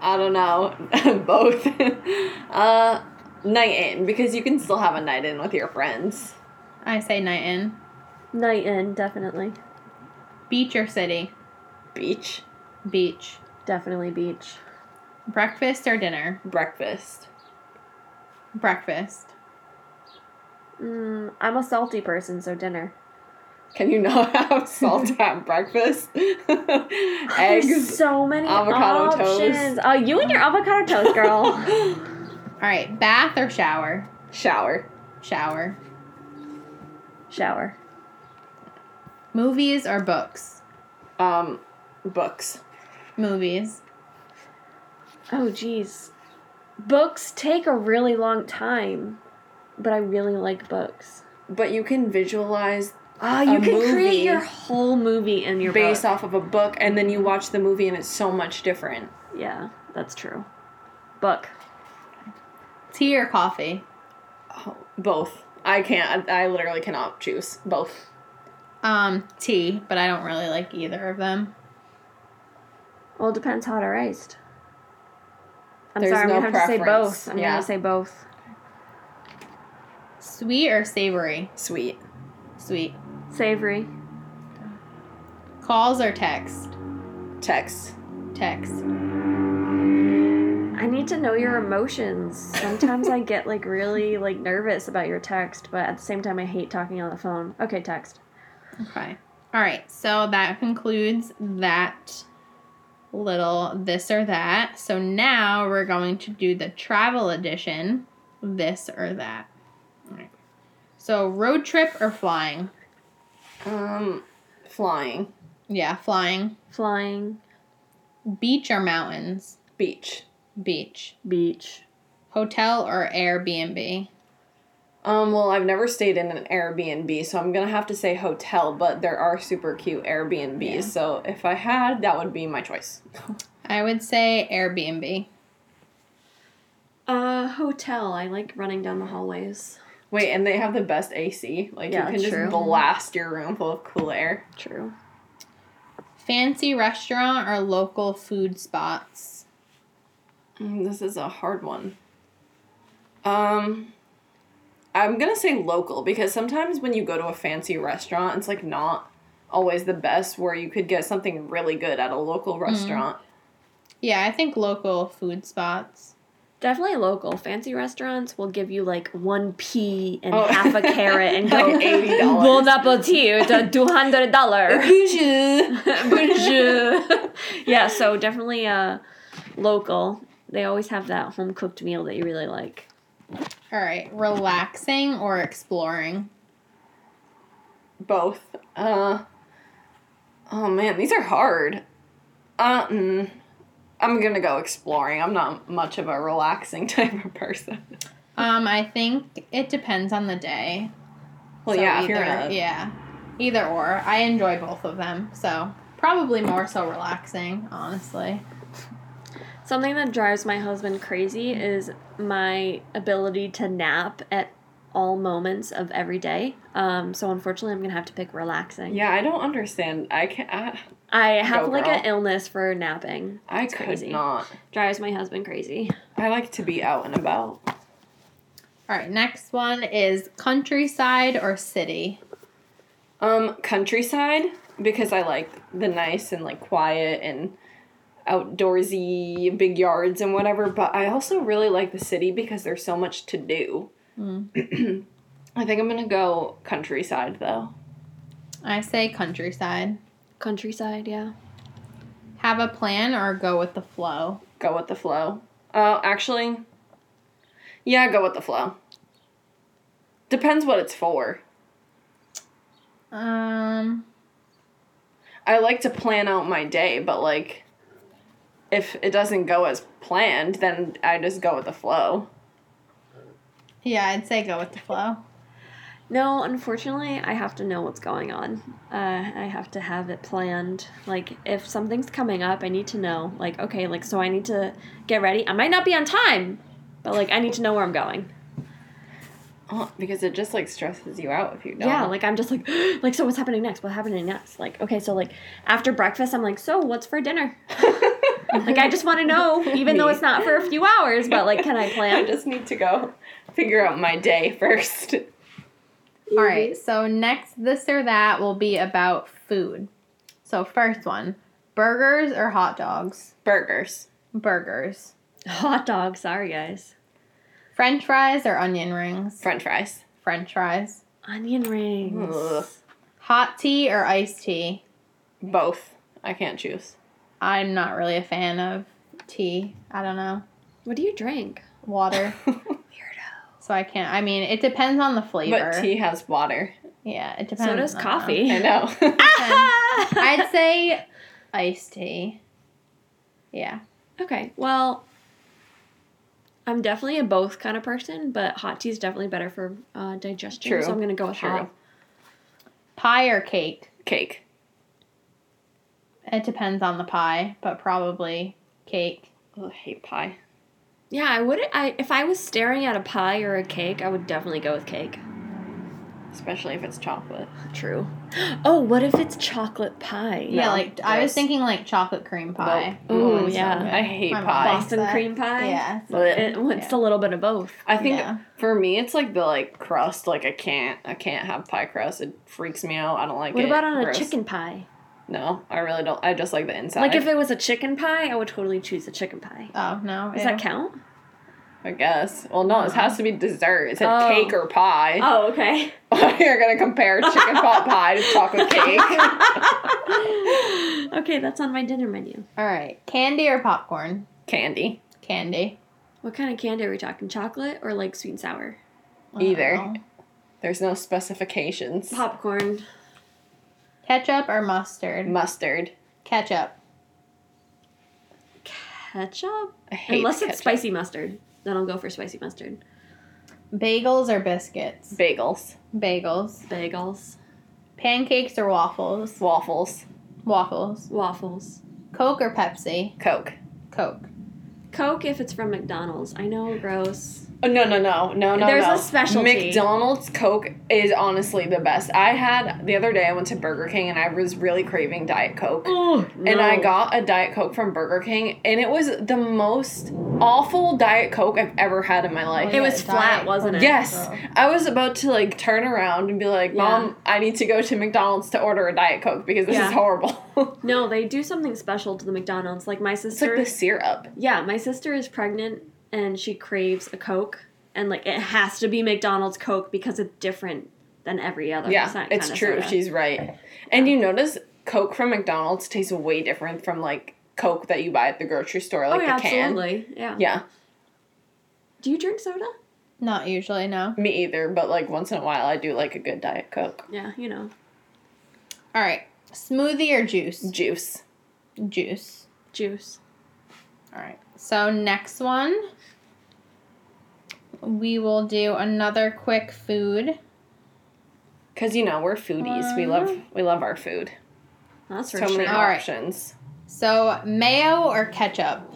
Speaker 2: I don't know. Both. uh, night in, because you can still have a night in with your friends.
Speaker 3: I say night in.
Speaker 1: Night in, definitely.
Speaker 3: Beach or city?
Speaker 2: Beach,
Speaker 3: Beach.
Speaker 1: Definitely beach.
Speaker 3: Breakfast or dinner?
Speaker 2: breakfast.
Speaker 3: Breakfast.
Speaker 1: Mm, I'm a salty person, so dinner.
Speaker 2: Can you not have salt at breakfast? Eggs.
Speaker 1: There's so many
Speaker 2: avocado toast.
Speaker 1: options. Oh, you and your avocado toast, girl.
Speaker 3: All right, bath or shower?
Speaker 2: Shower.
Speaker 3: Shower.
Speaker 1: Shower.
Speaker 3: Movies or books?
Speaker 2: Um, books.
Speaker 3: Movies.
Speaker 1: Oh, jeez. Books take a really long time, but I really like books.
Speaker 2: But you can visualize
Speaker 1: Oh, you
Speaker 2: A
Speaker 1: can
Speaker 2: movie.
Speaker 1: create your whole movie in your
Speaker 2: based
Speaker 1: book.
Speaker 2: off of a book, and then you watch the movie, and it's so much different.
Speaker 1: Yeah, that's true. Book.
Speaker 3: Tea or coffee?
Speaker 2: Oh, both. I can't. I, I literally cannot choose both.
Speaker 3: Um, tea, but I don't really like either of them.
Speaker 1: Well, it depends how they're iced. I'm
Speaker 2: There's
Speaker 1: sorry, I'm
Speaker 2: no
Speaker 1: gonna have
Speaker 2: preference.
Speaker 1: to say both. I'm
Speaker 2: Yeah.
Speaker 1: gonna say both.
Speaker 3: Sweet or savory?
Speaker 2: Sweet.
Speaker 3: Sweet.
Speaker 1: Savory.
Speaker 3: Calls or text?
Speaker 2: Text.
Speaker 3: Text.
Speaker 1: I need to know your emotions. Sometimes I get like really like nervous about your text, but at the same time I hate talking on the phone. Okay, text.
Speaker 3: Okay. All right. So that concludes that little this or that. So now we're going to do the travel edition this or that. All right. So road trip or flying?
Speaker 2: Um, flying.
Speaker 3: Yeah, flying.
Speaker 1: Flying,
Speaker 3: Beach or mountains?
Speaker 2: Beach.
Speaker 3: Beach.
Speaker 1: beach,
Speaker 3: Hotel or Airbnb?
Speaker 2: Um, well, I've never stayed in an Airbnb, so I'm gonna have to say hotel, but there are super cute Airbnbs,
Speaker 3: Yeah.
Speaker 2: so if I had, that would be my choice.
Speaker 3: I would say Airbnb.
Speaker 1: Uh, hotel. I like running down the hallways.
Speaker 2: Wait, and they have the best AC. Like,
Speaker 1: Yeah,
Speaker 2: you can
Speaker 1: true.
Speaker 2: just blast your room full of cool air.
Speaker 1: True.
Speaker 3: Fancy restaurant or local food spots?
Speaker 2: Mm, this is a hard one. Um, I'm gonna say local because sometimes when you go to a fancy restaurant, it's like not always the best where you could get something really good at a local
Speaker 1: Mm-hmm.
Speaker 2: restaurant.
Speaker 3: Yeah, I think local food spots.
Speaker 1: Definitely local. Fancy restaurants will give you like one pea and
Speaker 2: Oh.
Speaker 1: half a carrot and go
Speaker 2: Like $80.
Speaker 1: Bon appetit, uh, two hundred dollar. Bonjour. yeah, so definitely uh, local. They always have that home cooked meal that you really like.
Speaker 3: All right, relaxing or exploring?
Speaker 2: Both. Uh, oh man, these are hard. Uh, mm, I'm gonna go exploring. I'm not much of a relaxing type of person.
Speaker 3: Um, I think it depends on the day.
Speaker 2: Well,
Speaker 3: So
Speaker 2: yeah,
Speaker 3: either,
Speaker 2: if you're in a
Speaker 3: yeah, either or. I enjoy both of them, so probably more so relaxing, honestly.
Speaker 1: Something that drives my husband crazy is my ability to nap at all moments of every day. Um, so unfortunately, I'm gonna have to pick relaxing.
Speaker 2: yeah, I don't understand. I can I,
Speaker 1: I have
Speaker 2: Go,
Speaker 1: like
Speaker 2: girl.
Speaker 1: an illness for napping.
Speaker 2: I
Speaker 1: It's
Speaker 2: could
Speaker 1: crazy.
Speaker 2: not.
Speaker 1: Drives my husband crazy.
Speaker 2: I like to be out and about.
Speaker 3: All right, next one is countryside or city.
Speaker 2: Um, countryside because I like the nice and like quiet and outdoorsy big yards and whatever. But I also really like the city because there's so much to do. I think I'm gonna go countryside though.
Speaker 3: I say countryside.
Speaker 1: Countryside, yeah.
Speaker 3: Have a plan or go with the flow.
Speaker 2: Go with the flow. Uh, actually, yeah, go with the flow. Depends what it's for.
Speaker 3: Um,
Speaker 2: I like to plan out my day, but like, if it doesn't go as planned, then I just go with the flow.
Speaker 3: yeah, I'd say go with the flow.
Speaker 1: No, unfortunately, I have to know what's going on. Uh, I have to have it planned. Like, if something's coming up, I need to know. Like, okay, like, so I need to get ready. I might not be on time, but like, I need to know where I'm going.
Speaker 2: Oh, because it just like stresses you out if you don't.
Speaker 1: Yeah, like, I'm just like, like, so what's happening next? What's happening next? Like, okay, so like, after breakfast, I'm like, so what's for dinner? like, I just want to know, even though
Speaker 2: Me.
Speaker 1: it's not for a few hours, but like, can I
Speaker 2: I
Speaker 1: plan?
Speaker 2: just need to go figure out my day first.
Speaker 3: All right, so next this or that will be about food. So first one, burgers or hot dogs?
Speaker 2: Burgers,
Speaker 3: Burgers.
Speaker 1: Hot dog, sorry guys.
Speaker 3: French fries or onion rings?
Speaker 2: French fries,
Speaker 3: French fries.
Speaker 1: Onion rings.
Speaker 2: Ugh.
Speaker 3: Hot tea or iced tea?
Speaker 2: Both. I can't choose.
Speaker 3: I'm not really a fan of tea. I don't know.
Speaker 1: What do you drink?
Speaker 3: Water.
Speaker 1: Weirdo.
Speaker 3: so I can't. I mean, it depends on the flavor.
Speaker 2: But tea has water.
Speaker 3: Yeah, it depends.
Speaker 1: So does
Speaker 3: I don't know.
Speaker 1: coffee.
Speaker 2: I know.
Speaker 3: Depends. I'd say iced tea. Yeah.
Speaker 1: Okay, well, I'm definitely a both kind of person, but hot tea is definitely better for uh, digestion.
Speaker 2: True,
Speaker 1: So I'm gonna go with
Speaker 2: true.
Speaker 1: hot.
Speaker 3: Pie or cake?
Speaker 2: Cake.
Speaker 3: It depends on the pie, but probably cake.
Speaker 2: Oh, I hate pie.
Speaker 1: Yeah, I would. I if I was staring at a pie or a cake, I would definitely go with cake.
Speaker 2: Especially if it's chocolate.
Speaker 1: True. Oh, what if it's chocolate pie?
Speaker 3: yeah,
Speaker 2: No,
Speaker 3: like I was
Speaker 2: gross.
Speaker 3: thinking like chocolate cream pie.
Speaker 2: Nope.
Speaker 1: Ooh,
Speaker 2: Mm,
Speaker 1: yeah.
Speaker 2: I hate
Speaker 3: My mom
Speaker 2: pie.
Speaker 3: loves
Speaker 1: Boston
Speaker 3: that.
Speaker 1: cream pie?
Speaker 3: Yeah. it's
Speaker 2: Blech.
Speaker 1: It, it's a
Speaker 3: Yeah.
Speaker 1: little bit of both.
Speaker 2: I think
Speaker 3: Yeah.
Speaker 2: for me it's like the like crust. Like I can't I can't have pie crust. It freaks me out. I don't like
Speaker 1: What
Speaker 2: it.
Speaker 1: about on
Speaker 2: Gross.
Speaker 1: a chicken pie?
Speaker 2: No, I really don't I just like the inside.
Speaker 1: Like if it was a chicken pie, I would totally choose a chicken pie.
Speaker 3: Oh no.
Speaker 1: Does
Speaker 3: ew.
Speaker 1: that count?
Speaker 2: I guess. Well no, it has to be dessert. It said
Speaker 1: Oh.
Speaker 2: cake or pie.
Speaker 1: Oh, okay.
Speaker 2: You're gonna compare chicken pot pie to chocolate cake.
Speaker 1: okay, that's on my dinner menu.
Speaker 3: All right. Candy or popcorn?
Speaker 2: Candy.
Speaker 3: Candy.
Speaker 1: What kind of candy are we talking? Chocolate or like sweet and sour?
Speaker 3: I don't
Speaker 2: Either.
Speaker 3: know.
Speaker 2: There's no specifications.
Speaker 1: Popcorn.
Speaker 3: Ketchup or mustard?
Speaker 2: Mustard.
Speaker 3: ketchup.
Speaker 1: Ketchup?
Speaker 2: I hate
Speaker 1: Unless
Speaker 2: ketchup.
Speaker 1: it's spicy mustard. Then I'll go for spicy mustard.
Speaker 3: Bagels or biscuits?
Speaker 2: Bagels.
Speaker 3: Bagels.
Speaker 1: Bagels.
Speaker 3: Pancakes or waffles?
Speaker 2: Waffles.
Speaker 3: Waffles.
Speaker 1: Waffles.
Speaker 3: Coke or Pepsi?
Speaker 2: Coke.
Speaker 3: Coke.
Speaker 1: Coke if it's from McDonald's. I know, gross.
Speaker 2: Oh, no, no, no, no, no.
Speaker 1: There's a
Speaker 2: no.
Speaker 1: specialty.
Speaker 2: McDonald's Coke is honestly the best. I had the other day. I went to Burger King and I was really craving Diet Coke.
Speaker 1: Oh,
Speaker 2: And I got a Diet Coke from Burger King, and it was the most awful Diet Coke I've ever had in my life.
Speaker 1: It was
Speaker 3: Yeah,
Speaker 1: flat,
Speaker 3: diet
Speaker 1: wasn't it?
Speaker 2: Yes,
Speaker 3: Girl.
Speaker 2: I was about to like turn around and be like, "Mom, I need to go to McDonald's to order a Diet Coke because this
Speaker 1: Yeah.
Speaker 2: is horrible."
Speaker 1: No, they do something special to the McDonald's. Like my
Speaker 2: it's like
Speaker 1: sister.
Speaker 2: the syrup.
Speaker 1: Yeah, my sister is pregnant and she craves a Coke. And like it has to be McDonald's Coke because it's different than every other.
Speaker 2: Yeah,
Speaker 1: that
Speaker 2: it's
Speaker 1: kinda
Speaker 2: true.
Speaker 1: soda.
Speaker 2: She's right. And you notice Coke from McDonald's tastes way different from like Coke that you buy at the grocery store, like
Speaker 1: oh, yeah,
Speaker 2: the can.
Speaker 1: absolutely. Yeah.
Speaker 2: Yeah,
Speaker 1: Do you drink soda?
Speaker 3: Not usually, no.
Speaker 2: me either. But like once in a while, I do like a good diet Coke
Speaker 1: Yeah, you know.
Speaker 3: All right. Smoothie or juice?
Speaker 2: juice.
Speaker 3: Juice.
Speaker 1: Juice.
Speaker 3: All right. So next one, we will do another quick food.
Speaker 2: Cause you know we're foodies. we love we love our food.
Speaker 1: That's Uh-huh. for
Speaker 2: So
Speaker 1: sure.
Speaker 2: many
Speaker 3: All right.
Speaker 2: options.
Speaker 3: So mayo or ketchup?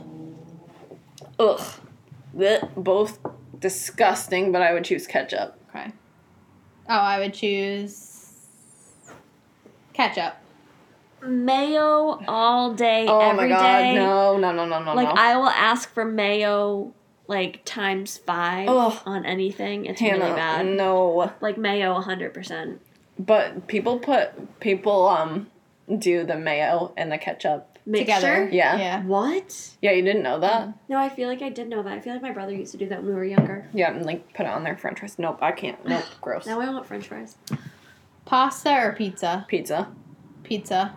Speaker 2: Ugh, Blech. both disgusting. But I would choose ketchup.
Speaker 3: Okay. Oh, I would choose ketchup.
Speaker 1: mayo all day, every day.
Speaker 2: Oh my god! No, no, no, no, no,
Speaker 1: Like
Speaker 2: no.
Speaker 1: I will ask for mayo like times five
Speaker 2: Ugh.
Speaker 1: on anything. It's
Speaker 2: Hannah,
Speaker 1: really bad.
Speaker 2: no.
Speaker 1: Like mayo, hundred percent.
Speaker 2: But people put people um do the mayo and the ketchup.
Speaker 3: Together.
Speaker 2: Yeah.
Speaker 3: Yeah.
Speaker 1: What?
Speaker 2: Yeah, you didn't know that.
Speaker 1: No, I feel like I did know that. I feel like my brother used to do that when we were younger.
Speaker 2: Yeah, and like put it on their French fries. Nope, I can't. Nope, gross.
Speaker 1: Now I want French fries.
Speaker 3: Pasta or pizza?
Speaker 2: Pizza.
Speaker 3: Pizza.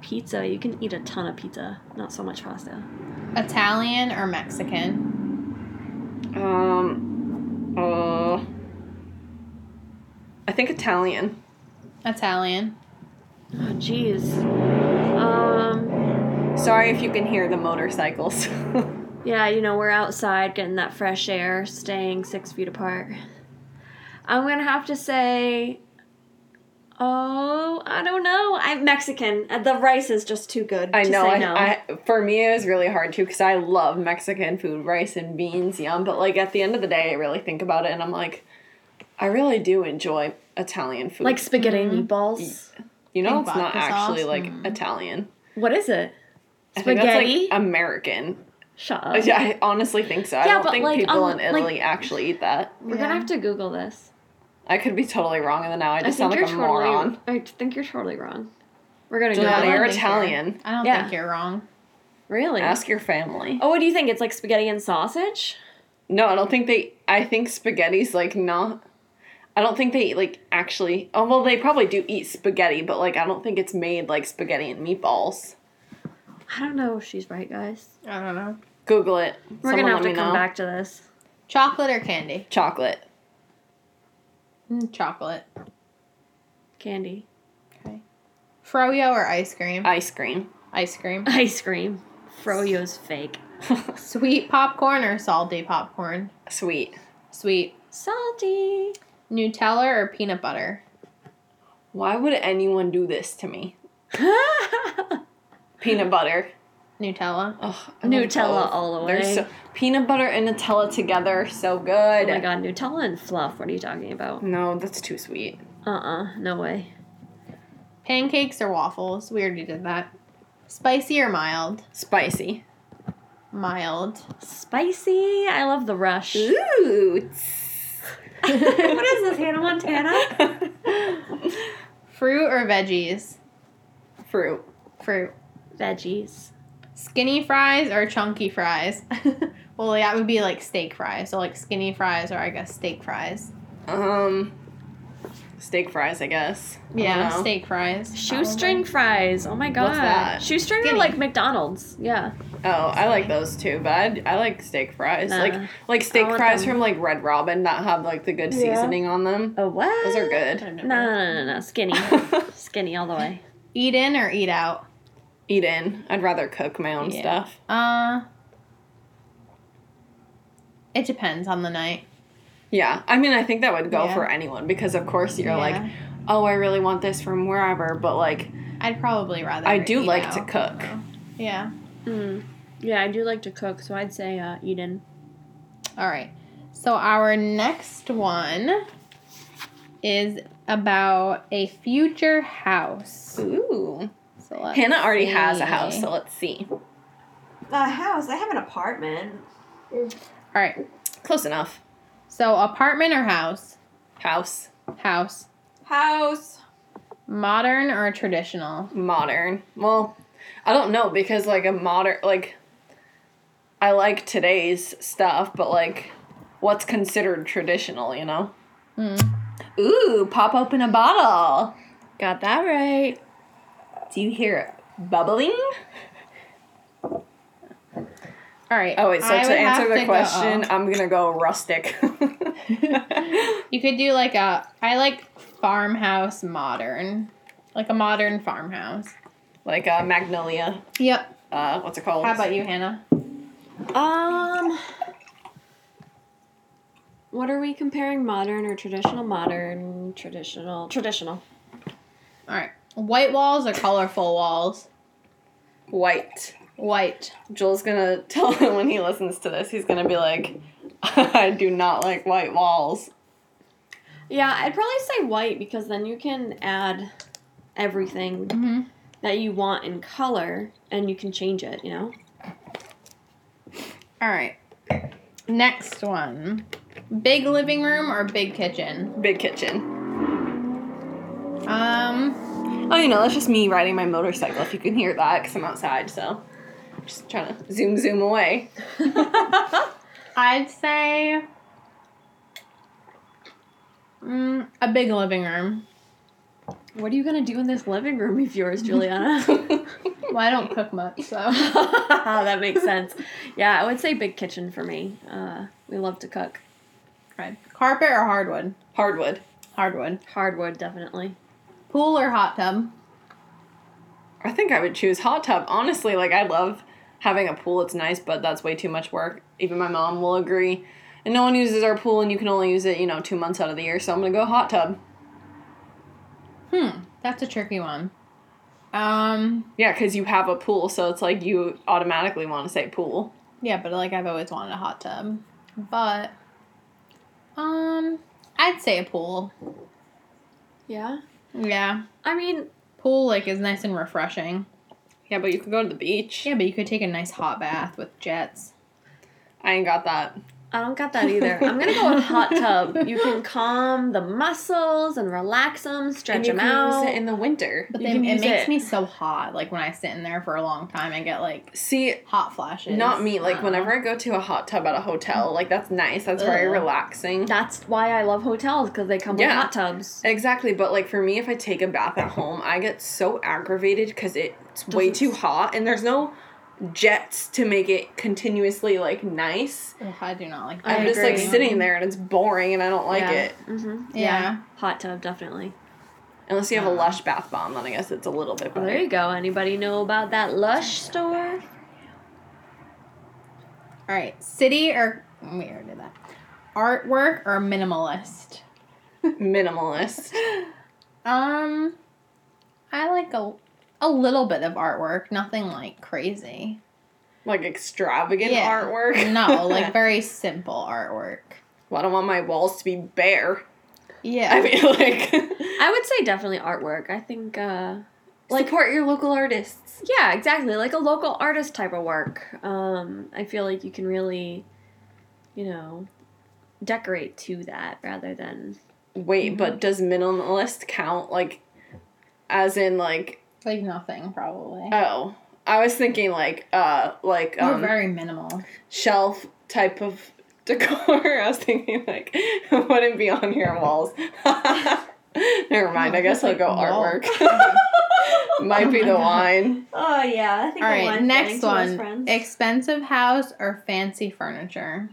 Speaker 1: Pizza. You can eat a ton of pizza, not so much pasta.
Speaker 3: Italian or Mexican?
Speaker 2: Um, uh, I think Italian.
Speaker 3: Italian.
Speaker 1: Oh, jeez. Um.
Speaker 2: Sorry if you can hear the motorcycles.
Speaker 1: Yeah, you know we're outside getting that fresh air, staying six feet apart. I'm gonna have to say. Oh, I don't know. I'm Mexican. Uh, The rice is just too good.
Speaker 2: I
Speaker 1: to
Speaker 2: know.
Speaker 1: say
Speaker 2: I,
Speaker 1: no.
Speaker 2: I for me it was really hard too because I love Mexican food, rice and beans, yum. But like at the end of the day, I really think about it and I'm like, I really do enjoy Italian food.
Speaker 1: like spaghetti and meatballs.
Speaker 2: you know,
Speaker 3: and
Speaker 2: it's not
Speaker 3: vodka sauce?
Speaker 2: actually like
Speaker 3: Mm.
Speaker 2: Italian.
Speaker 1: What is it?
Speaker 2: I think that's
Speaker 1: Spaghetti?
Speaker 2: like American.
Speaker 1: Shut up.
Speaker 2: Yeah, I honestly think so. I
Speaker 1: Yeah,
Speaker 2: don't
Speaker 1: but,
Speaker 2: think
Speaker 1: like,
Speaker 2: people
Speaker 1: um,
Speaker 2: in Italy actually eat that.
Speaker 1: We're
Speaker 3: Yeah.
Speaker 1: gonna have to Google this.
Speaker 2: I could be totally wrong, and then now I just sound like a
Speaker 1: totally.
Speaker 2: moron.
Speaker 1: I think you're totally wrong. We're gonna
Speaker 2: Juliana,
Speaker 1: Google
Speaker 3: I
Speaker 2: you're
Speaker 1: it.
Speaker 3: don't think
Speaker 2: Italian.
Speaker 3: I don't
Speaker 1: Yeah.
Speaker 3: think you're wrong.
Speaker 1: Really?
Speaker 2: Ask your family.
Speaker 1: Oh, what do you think? It's like spaghetti and sausage.
Speaker 2: No, I don't think they. I think spaghetti's like not. I don't think they like actually. Oh well, they probably do eat spaghetti, but like I don't think it's made like spaghetti and meatballs.
Speaker 1: I don't know if she's right, guys.
Speaker 3: I don't know.
Speaker 2: Google it.
Speaker 1: We're
Speaker 2: Someone
Speaker 1: gonna
Speaker 2: let
Speaker 1: have to
Speaker 2: me
Speaker 1: come
Speaker 2: know.
Speaker 1: back to this.
Speaker 3: Chocolate or candy?
Speaker 2: Chocolate.
Speaker 3: Mm, chocolate.
Speaker 1: Candy,
Speaker 3: Okay. Froyo or ice cream?
Speaker 2: Ice cream.
Speaker 3: ice cream.
Speaker 1: ice cream, Froyo's fake,
Speaker 3: Sweet popcorn or salty popcorn?
Speaker 2: Sweet.
Speaker 3: Sweet.
Speaker 1: salty.
Speaker 3: Nutella or peanut butter?
Speaker 2: Why would anyone do this to me?
Speaker 1: Oh
Speaker 2: Peanut butter.
Speaker 3: Nutella.
Speaker 2: Ugh, I love
Speaker 1: Nutella
Speaker 2: both.
Speaker 1: all the
Speaker 2: They're
Speaker 1: way.
Speaker 2: so- peanut butter and Nutella together, so good.
Speaker 1: Oh my god, Nutella and fluff. What are you talking about?
Speaker 2: No, that's too sweet.
Speaker 1: Uh uh no way.
Speaker 3: Pancakes or waffles? We already did that. Spicy or mild?
Speaker 2: Spicy.
Speaker 3: Mild.
Speaker 1: Spicy. I love the rush. what
Speaker 2: Ooh.
Speaker 1: is this, Hannah Montana?
Speaker 3: Fruit or veggies?
Speaker 2: Fruit.
Speaker 3: Fruit.
Speaker 1: Veggies.
Speaker 3: Skinny fries or chunky fries? well, that would be like steak fries. So, like skinny fries or I guess steak fries.
Speaker 2: Um, steak fries, I guess. I don't
Speaker 3: Yeah,
Speaker 2: know.
Speaker 3: steak fries.
Speaker 1: Shoestring fries. Oh my god.
Speaker 2: that?
Speaker 1: Shoestring are
Speaker 3: Skinny.
Speaker 1: like McDonald's. Yeah.
Speaker 2: Oh, I like those too, but I, I like steak fries.
Speaker 1: Nah.
Speaker 2: Like like
Speaker 1: I
Speaker 2: steak
Speaker 1: want
Speaker 2: fries
Speaker 1: them-
Speaker 2: from like Red Robin that have like the good
Speaker 1: Yeah.
Speaker 2: seasoning on them.
Speaker 1: Oh what?
Speaker 2: Those are
Speaker 3: Probably.
Speaker 2: good.
Speaker 3: I've
Speaker 1: No,
Speaker 3: never-
Speaker 1: no, no, no, no. Skinny. Skinny all the way.
Speaker 3: Eat in or eat out?
Speaker 2: Eat in. I'd rather cook my own
Speaker 3: Yeah.
Speaker 2: stuff.
Speaker 3: Uh, it depends on the night.
Speaker 2: Yeah. I mean, I think that would go
Speaker 3: Yeah.
Speaker 2: for anyone because of course you're
Speaker 3: Yeah.
Speaker 2: like, oh, I really want this from wherever, but like
Speaker 3: I'd probably rather.
Speaker 2: I do
Speaker 3: eat
Speaker 2: like
Speaker 3: out,
Speaker 2: to cook.
Speaker 3: so. Yeah.
Speaker 1: Mm. Yeah, I do like to cook, so I'd say uh, Eden.
Speaker 3: All right. So our next one is about a future house.
Speaker 2: Ooh.
Speaker 3: So let's
Speaker 2: Hannah already has a
Speaker 3: see.
Speaker 2: house, so let's see.
Speaker 1: A house. I have an apartment.
Speaker 3: All right.
Speaker 2: Close enough.
Speaker 3: So apartment or house?
Speaker 2: House.
Speaker 3: House.
Speaker 2: House.
Speaker 3: Modern or traditional?
Speaker 2: modern. Well, I don't know because like a modern like I like today's stuff, but like what's considered traditional, you know?
Speaker 3: Mm.
Speaker 2: Ooh, pop open a bottle. Got that right. Do you hear it bubbling?
Speaker 3: All right.
Speaker 2: Oh wait, so
Speaker 3: I
Speaker 2: to
Speaker 3: would
Speaker 2: answer
Speaker 3: have
Speaker 2: the
Speaker 3: to go-
Speaker 2: question,
Speaker 3: oh.
Speaker 2: I'm gonna go rustic.
Speaker 3: you could do like a I like farmhouse modern, like a modern farmhouse.
Speaker 2: like uh, magnolia.
Speaker 3: Yep.
Speaker 2: Uh, what's it called?
Speaker 3: How about you, Hannah?
Speaker 1: Um. What are we comparing? Modern or traditional? Modern, traditional, traditional.
Speaker 3: All right. White walls or colorful walls?
Speaker 2: White.
Speaker 3: White.
Speaker 2: Joel's gonna tell him when he listens to this, he's gonna be like, I do not like white walls.
Speaker 1: Yeah, I'd probably say white because then you can add everything
Speaker 3: Mm-hmm.
Speaker 1: that you want in color and you can change it, you know?
Speaker 3: All right. Next one. Big living room or big kitchen?
Speaker 2: Big kitchen.
Speaker 3: Um,
Speaker 2: Oh, you know, that's just me riding my motorcycle. If you can hear that, because I'm outside, so just trying to zoom, zoom away.
Speaker 3: I'd say mm, a big living room.
Speaker 1: What are you gonna do in this living room of yours, Juliana?
Speaker 3: Well, I don't cook much, so
Speaker 1: Oh, that makes sense. Yeah, I would say big kitchen for me. Uh, we love to cook.
Speaker 3: okay. Carpet or hardwood?
Speaker 2: Hardwood.
Speaker 3: Hardwood.
Speaker 1: Hardwood, definitely.
Speaker 3: Pool or hot tub?
Speaker 2: I think I would choose hot tub. Honestly, like I love having a pool. It's nice, but that's way too much work. Even my mom will agree. And no one uses our pool, and you can only use it, you know, two months out of the year. So I'm gonna go hot tub.
Speaker 3: Hmm, that's a tricky one. Um,
Speaker 2: Yeah, because you have a pool, so it's like you automatically want to say pool.
Speaker 3: yeah, but like I've always wanted a hot tub, but um, I'd say a pool.
Speaker 1: Yeah.
Speaker 3: Yeah,
Speaker 1: I mean,
Speaker 3: pool like is nice and refreshing.
Speaker 2: Yeah, but you could go to the beach.
Speaker 3: Yeah, but you could take a nice hot bath with jets.
Speaker 2: I ain't got that.
Speaker 1: I don't got that either. I'm gonna go with hot tub. You can calm the muscles and relax them,
Speaker 2: And
Speaker 1: stretch
Speaker 2: you
Speaker 1: them
Speaker 2: can use
Speaker 1: out.
Speaker 2: it in the winter.
Speaker 3: But
Speaker 1: You
Speaker 3: then
Speaker 1: can
Speaker 3: it
Speaker 1: use
Speaker 3: makes
Speaker 1: it.
Speaker 3: me so hot. Like when I sit in there for a long time, I get like
Speaker 2: See,
Speaker 3: hot flashes. Uh-huh.
Speaker 2: not me.
Speaker 3: I
Speaker 2: Like
Speaker 3: don't know.
Speaker 2: whenever I go to a hot tub at a hotel, like that's nice. That's very
Speaker 3: Ugh.
Speaker 2: relaxing.
Speaker 1: That's why I love hotels because they come
Speaker 2: Yeah.
Speaker 1: with hot tubs.
Speaker 2: Exactly, but like for me, if I take a bath at home, I get so aggravated because it's way
Speaker 1: Doesn't-
Speaker 2: too hot, and there's no jets to make it continuously like nice.
Speaker 3: Ugh, I do not like.
Speaker 1: I
Speaker 3: That.
Speaker 2: I'm just like
Speaker 1: agree.
Speaker 2: sitting there, and it's boring, and I don't like
Speaker 1: yeah.
Speaker 2: it.
Speaker 1: hmm
Speaker 3: Yeah.
Speaker 1: Hot tub, definitely.
Speaker 2: Unless you have a
Speaker 3: Yeah.
Speaker 2: lush bath bomb, then I guess it's a little bit
Speaker 1: Well, there
Speaker 2: better.
Speaker 1: you go. Anybody know about that Lush store?
Speaker 3: All right, city or we already did that. Artwork or minimalist.
Speaker 2: Minimalist.
Speaker 3: Um, I like a a little bit of artwork. Nothing like crazy.
Speaker 2: like extravagant
Speaker 3: Yeah.
Speaker 2: artwork.
Speaker 3: No, like very simple artwork.
Speaker 2: well, I don't want my walls to be bare.
Speaker 3: Yeah.
Speaker 2: I mean, like,
Speaker 1: I would say definitely artwork. I think, uh,
Speaker 2: like support your local artists.
Speaker 1: yeah, exactly. Like a local artist type of work. Um, I feel like you can really, you know, decorate to that rather than.
Speaker 2: Wait,
Speaker 3: Mm-hmm.
Speaker 2: but does minimalist count like, as in like?
Speaker 3: like nothing probably.
Speaker 2: Oh, I was thinking like, uh, like
Speaker 3: We're
Speaker 2: um,
Speaker 3: very minimal.
Speaker 2: shelf type of decor. I was thinking like, wouldn't be on your walls. Never mind. I guess I'll go artwork. Might be the wine.
Speaker 1: Oh yeah, I think.
Speaker 3: All right, next one. Expensive house or fancy furniture?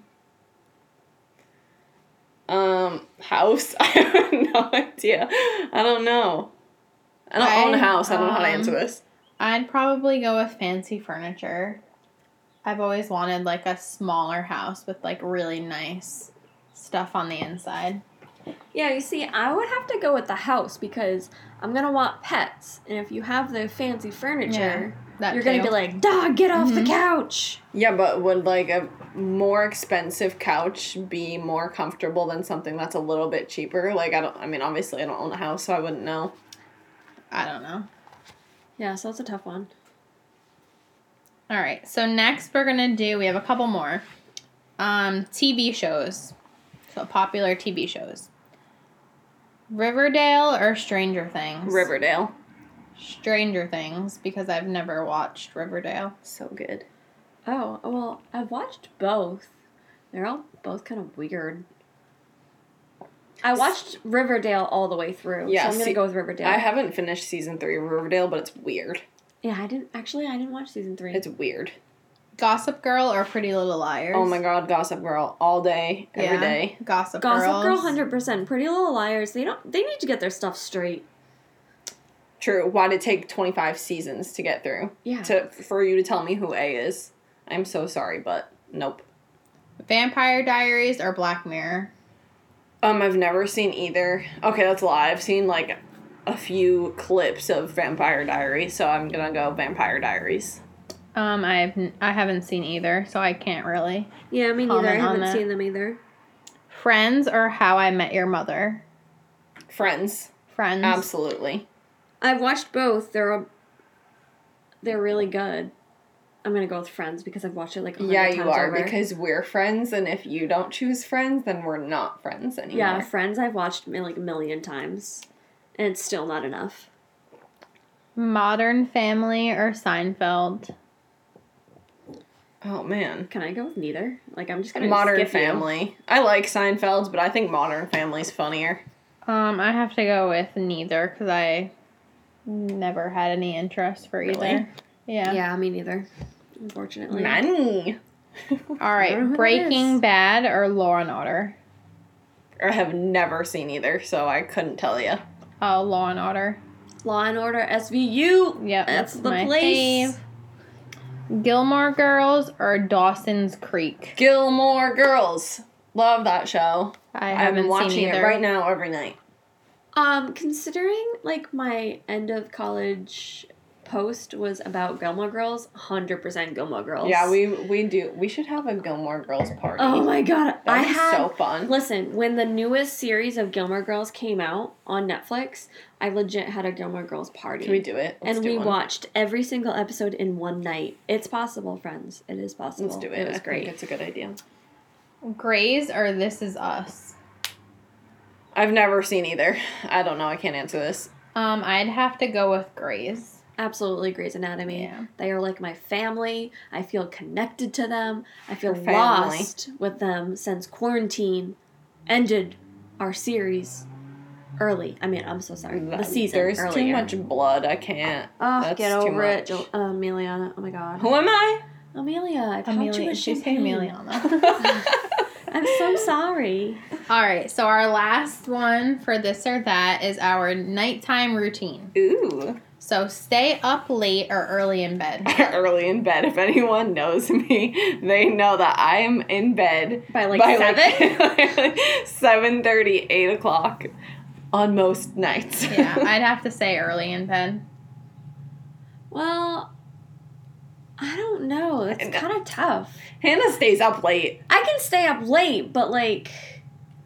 Speaker 2: Um, house. I have no idea. I don't know. I don't own a
Speaker 3: I,
Speaker 2: house. I don't know how to
Speaker 3: um,
Speaker 2: answer this.
Speaker 3: I'd probably go with fancy furniture. I've always wanted like a smaller house with like really nice stuff on the inside.
Speaker 1: Yeah, you see, I would have to go with the house because I'm gonna want pets, and if you have the fancy furniture,
Speaker 3: That
Speaker 1: you're gonna
Speaker 3: too.
Speaker 1: be like, "Dog, get off the
Speaker 3: Mhm.
Speaker 1: couch."
Speaker 2: Yeah, but would like a more expensive couch be more comfortable than something that's a little bit cheaper? Like I don't. I mean, obviously, I don't own a house, so I wouldn't know.
Speaker 3: I don't know.
Speaker 1: Yeah, so that's a tough one.
Speaker 3: All right. So next we're gonna do. We have a couple more. Um, TV shows. So popular TV shows. Riverdale or Stranger Things.
Speaker 2: Riverdale,
Speaker 3: Stranger Things because I've never watched Riverdale.
Speaker 2: so good.
Speaker 1: Oh well, I've watched both. They're all both kind of weird. I watched Riverdale all the way through,
Speaker 2: Yeah,
Speaker 1: so I'm gonna
Speaker 2: see,
Speaker 1: go with Riverdale.
Speaker 2: I haven't finished season three of Riverdale, but it's weird.
Speaker 1: yeah, I didn't actually. I didn't watch season three.
Speaker 2: It's weird.
Speaker 3: Gossip Girl or Pretty Little Liars.
Speaker 2: Oh my god, Gossip Girl, all day, every
Speaker 3: Yeah,
Speaker 2: day.
Speaker 3: Gossip,
Speaker 1: Gossip Girl,
Speaker 3: Girls.
Speaker 1: hundred percent. Pretty Little Liars. They don't. They need to get their stuff straight.
Speaker 2: True. Why'd it take twenty five seasons to get through?
Speaker 1: Yeah.
Speaker 2: to for you to tell me who A is. I'm so sorry, but nope.
Speaker 3: Vampire Diaries or Black Mirror.
Speaker 2: Um, I've never seen either. Okay, that's a lie. I've seen like a few clips of Vampire Diaries, so I'm gonna go Vampire Diaries.
Speaker 3: Um, I've n- I haven't seen either, so I can't really.
Speaker 1: yeah, me neither. I
Speaker 3: Comment on
Speaker 1: haven't
Speaker 3: that.
Speaker 1: seen them either.
Speaker 3: Friends or How I Met Your Mother.
Speaker 2: Friends,
Speaker 3: Friends.
Speaker 2: absolutely.
Speaker 1: I've watched both. They're they're really good. I'm gonna go with Friends because I've watched it
Speaker 3: Oh
Speaker 1: like a hundred
Speaker 2: Yeah,
Speaker 1: times
Speaker 2: you are
Speaker 1: over.
Speaker 2: because we're friends, and if you don't choose friends, then we're not friends anymore.
Speaker 1: yeah, Friends I've watched mi- like a million times, and it's still not enough.
Speaker 3: Modern Family or Seinfeld?
Speaker 2: Oh man.
Speaker 1: Can I go with neither? Like I'm just gonna
Speaker 2: Modern
Speaker 1: skip you.
Speaker 2: Family. I like Seinfeld's, but I think Modern Family's funnier.
Speaker 3: Um, I have to go with neither because I never had any interest for either.
Speaker 2: Really?
Speaker 3: Yeah.
Speaker 1: Yeah, me neither. Unfortunately.
Speaker 2: Nanny.
Speaker 1: I
Speaker 3: All
Speaker 1: don't know who
Speaker 3: right.
Speaker 1: that
Speaker 3: Breaking
Speaker 1: is.
Speaker 3: Bad or Law and Order?
Speaker 2: I have never seen either, so I couldn't tell you.
Speaker 3: Oh, Law and Order.
Speaker 1: Law and Order SVU.
Speaker 3: Yep.
Speaker 1: that's the
Speaker 3: my
Speaker 1: place.
Speaker 3: fave. Gilmore Girls or Dawson's Creek?
Speaker 2: Gilmore Girls. Love that show.
Speaker 3: I
Speaker 2: I am
Speaker 3: haven't
Speaker 2: watching
Speaker 3: seen
Speaker 2: it
Speaker 3: either.
Speaker 2: right now every night.
Speaker 1: Um, considering like my end of college post was about Gilmore Girls, hundred percent Gilmore Girls.
Speaker 2: Yeah, we we do. We should have a Gilmore Girls party.
Speaker 1: Oh my god, I
Speaker 2: That'd be
Speaker 1: had.
Speaker 2: so fun.
Speaker 1: Listen, when the newest series of Gilmore Girls came out on Netflix, I legit had a Gilmore Girls party.
Speaker 2: Can we do it? Let's
Speaker 1: and
Speaker 2: do
Speaker 1: we
Speaker 2: one.
Speaker 1: watched every single episode in one night. It's possible, friends. It is possible.
Speaker 2: Let's do it.
Speaker 1: It was
Speaker 2: I think
Speaker 1: great.
Speaker 2: it's a good idea.
Speaker 3: Grays or This Is Us?
Speaker 2: I've never seen either. I don't know. I can't answer this.
Speaker 3: Um, I'd have to go with Grays.
Speaker 1: Absolutely Grey's Anatomy.
Speaker 3: Yeah.
Speaker 1: They are like my family. I feel connected to them. I feel
Speaker 2: Your family.
Speaker 1: lost with them since quarantine ended our series early. I mean, I'm so sorry. The season
Speaker 2: There's
Speaker 1: earlier.
Speaker 2: too much blood. I can't.
Speaker 1: Oh,
Speaker 2: That's
Speaker 1: get
Speaker 2: too
Speaker 1: over it,
Speaker 2: much.
Speaker 1: Jo- uh, Emiliana. Oh my god,
Speaker 2: Who am I?
Speaker 1: Amelia, I popped you
Speaker 3: Amelia,
Speaker 1: with
Speaker 3: she's
Speaker 1: champagne.
Speaker 3: Emiliana.
Speaker 1: I'm so sorry.
Speaker 3: All right, so our last one for this or that is our nighttime routine.
Speaker 2: Ooh.
Speaker 3: So stay up late or early in bed.
Speaker 2: Early in bed. If anyone knows me, they know that I am in bed
Speaker 1: By like
Speaker 2: by
Speaker 1: seven.
Speaker 2: like 7.30, 8 o'clock on most nights.
Speaker 3: yeah, I'd have to say early in bed.
Speaker 1: well, I don't know. It's
Speaker 2: know.
Speaker 1: kind of tough.
Speaker 2: Hannah stays up late.
Speaker 1: I can stay up late, but like,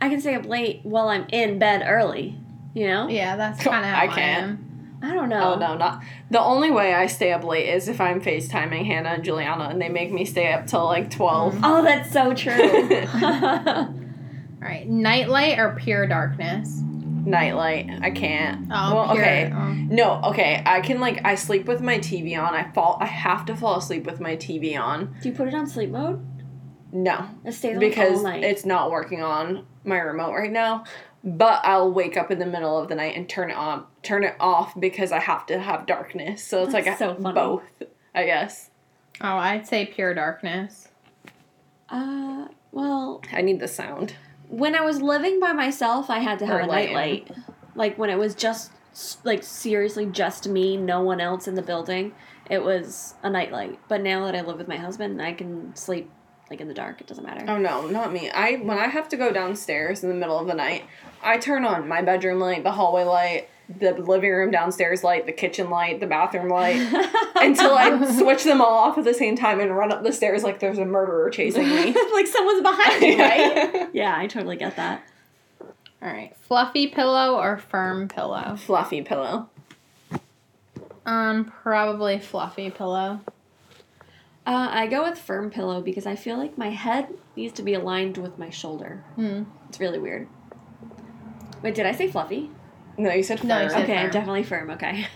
Speaker 1: I can stay up late while I'm in bed early. You know?
Speaker 3: Yeah, that's kind of how
Speaker 2: I
Speaker 3: I,
Speaker 2: can't.
Speaker 3: am.
Speaker 1: I don't know.
Speaker 2: Oh no, not the only way I stay up late is if I'm FaceTiming Hannah and Juliana and they make me stay up till like twelve.
Speaker 1: Oh, that's so true.
Speaker 3: All right, nightlight or pure darkness?
Speaker 2: Nightlight. I can't.
Speaker 3: Oh,
Speaker 2: Well,
Speaker 3: pure.
Speaker 2: okay.
Speaker 3: oh.
Speaker 2: No, okay. I can like I sleep with my TV on. I fall I have to fall asleep with my TV on.
Speaker 1: Do you put it on sleep mode?
Speaker 2: No.
Speaker 1: It stays on
Speaker 2: Because
Speaker 1: all night.
Speaker 2: it's not working on my remote right now. But I'll wake up in the middle of the night and turn it on turn it off because I have to have darkness. So it's
Speaker 1: That's
Speaker 2: like
Speaker 1: so
Speaker 2: so
Speaker 1: funny.
Speaker 2: both, I guess.
Speaker 3: Oh, I'd say pure darkness.
Speaker 1: uh, well,
Speaker 2: I need the sound.
Speaker 1: when I was living by myself, I had to have
Speaker 2: Or
Speaker 1: a
Speaker 2: lighting.
Speaker 1: nightlight. Like when it was just like seriously just me, no one else in the building. It was a nightlight. But now that I live with my husband, I can sleep like in the dark. It doesn't matter.
Speaker 2: Oh no, not me. I when I have to go downstairs in the middle of the night, I turn on my bedroom light, the hallway light, the living room downstairs light, the kitchen light, the bathroom light, until I switch them all off at the same time and run up the stairs like there's a murderer chasing me.
Speaker 1: like someone's behind you, right? yeah, I totally get that.
Speaker 3: All right, fluffy pillow or firm pillow?
Speaker 2: Fluffy pillow.
Speaker 3: Um, probably fluffy pillow.
Speaker 1: Uh, I go with firm pillow because I feel like my head needs to be aligned with my shoulder.
Speaker 3: Hmm.
Speaker 1: It's really weird. Wait, did I say fluffy?
Speaker 2: No, you said
Speaker 3: No, you
Speaker 2: fur.
Speaker 3: said-
Speaker 1: Okay,
Speaker 3: firm.
Speaker 1: definitely firm. Okay.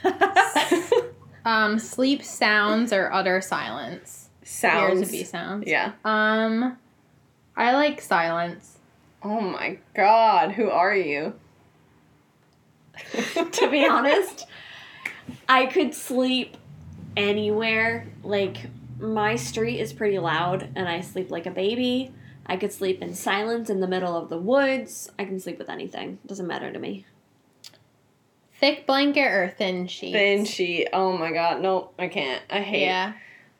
Speaker 3: Um, sleep sounds or utter silence. Ears would
Speaker 2: sounds.
Speaker 3: be sounds.
Speaker 2: Yeah.
Speaker 3: Um, I like silence.
Speaker 2: Oh my god, who are you?
Speaker 1: to be honest, I could sleep anywhere. Like my street is pretty loud and I sleep like a baby. I could sleep in silence in the middle of the woods. I can sleep with anything. Doesn't matter to me.
Speaker 3: Thick blanket or thin sheets?
Speaker 2: Thin sheet. Oh my god, nope, I can't. I hate
Speaker 3: Yeah,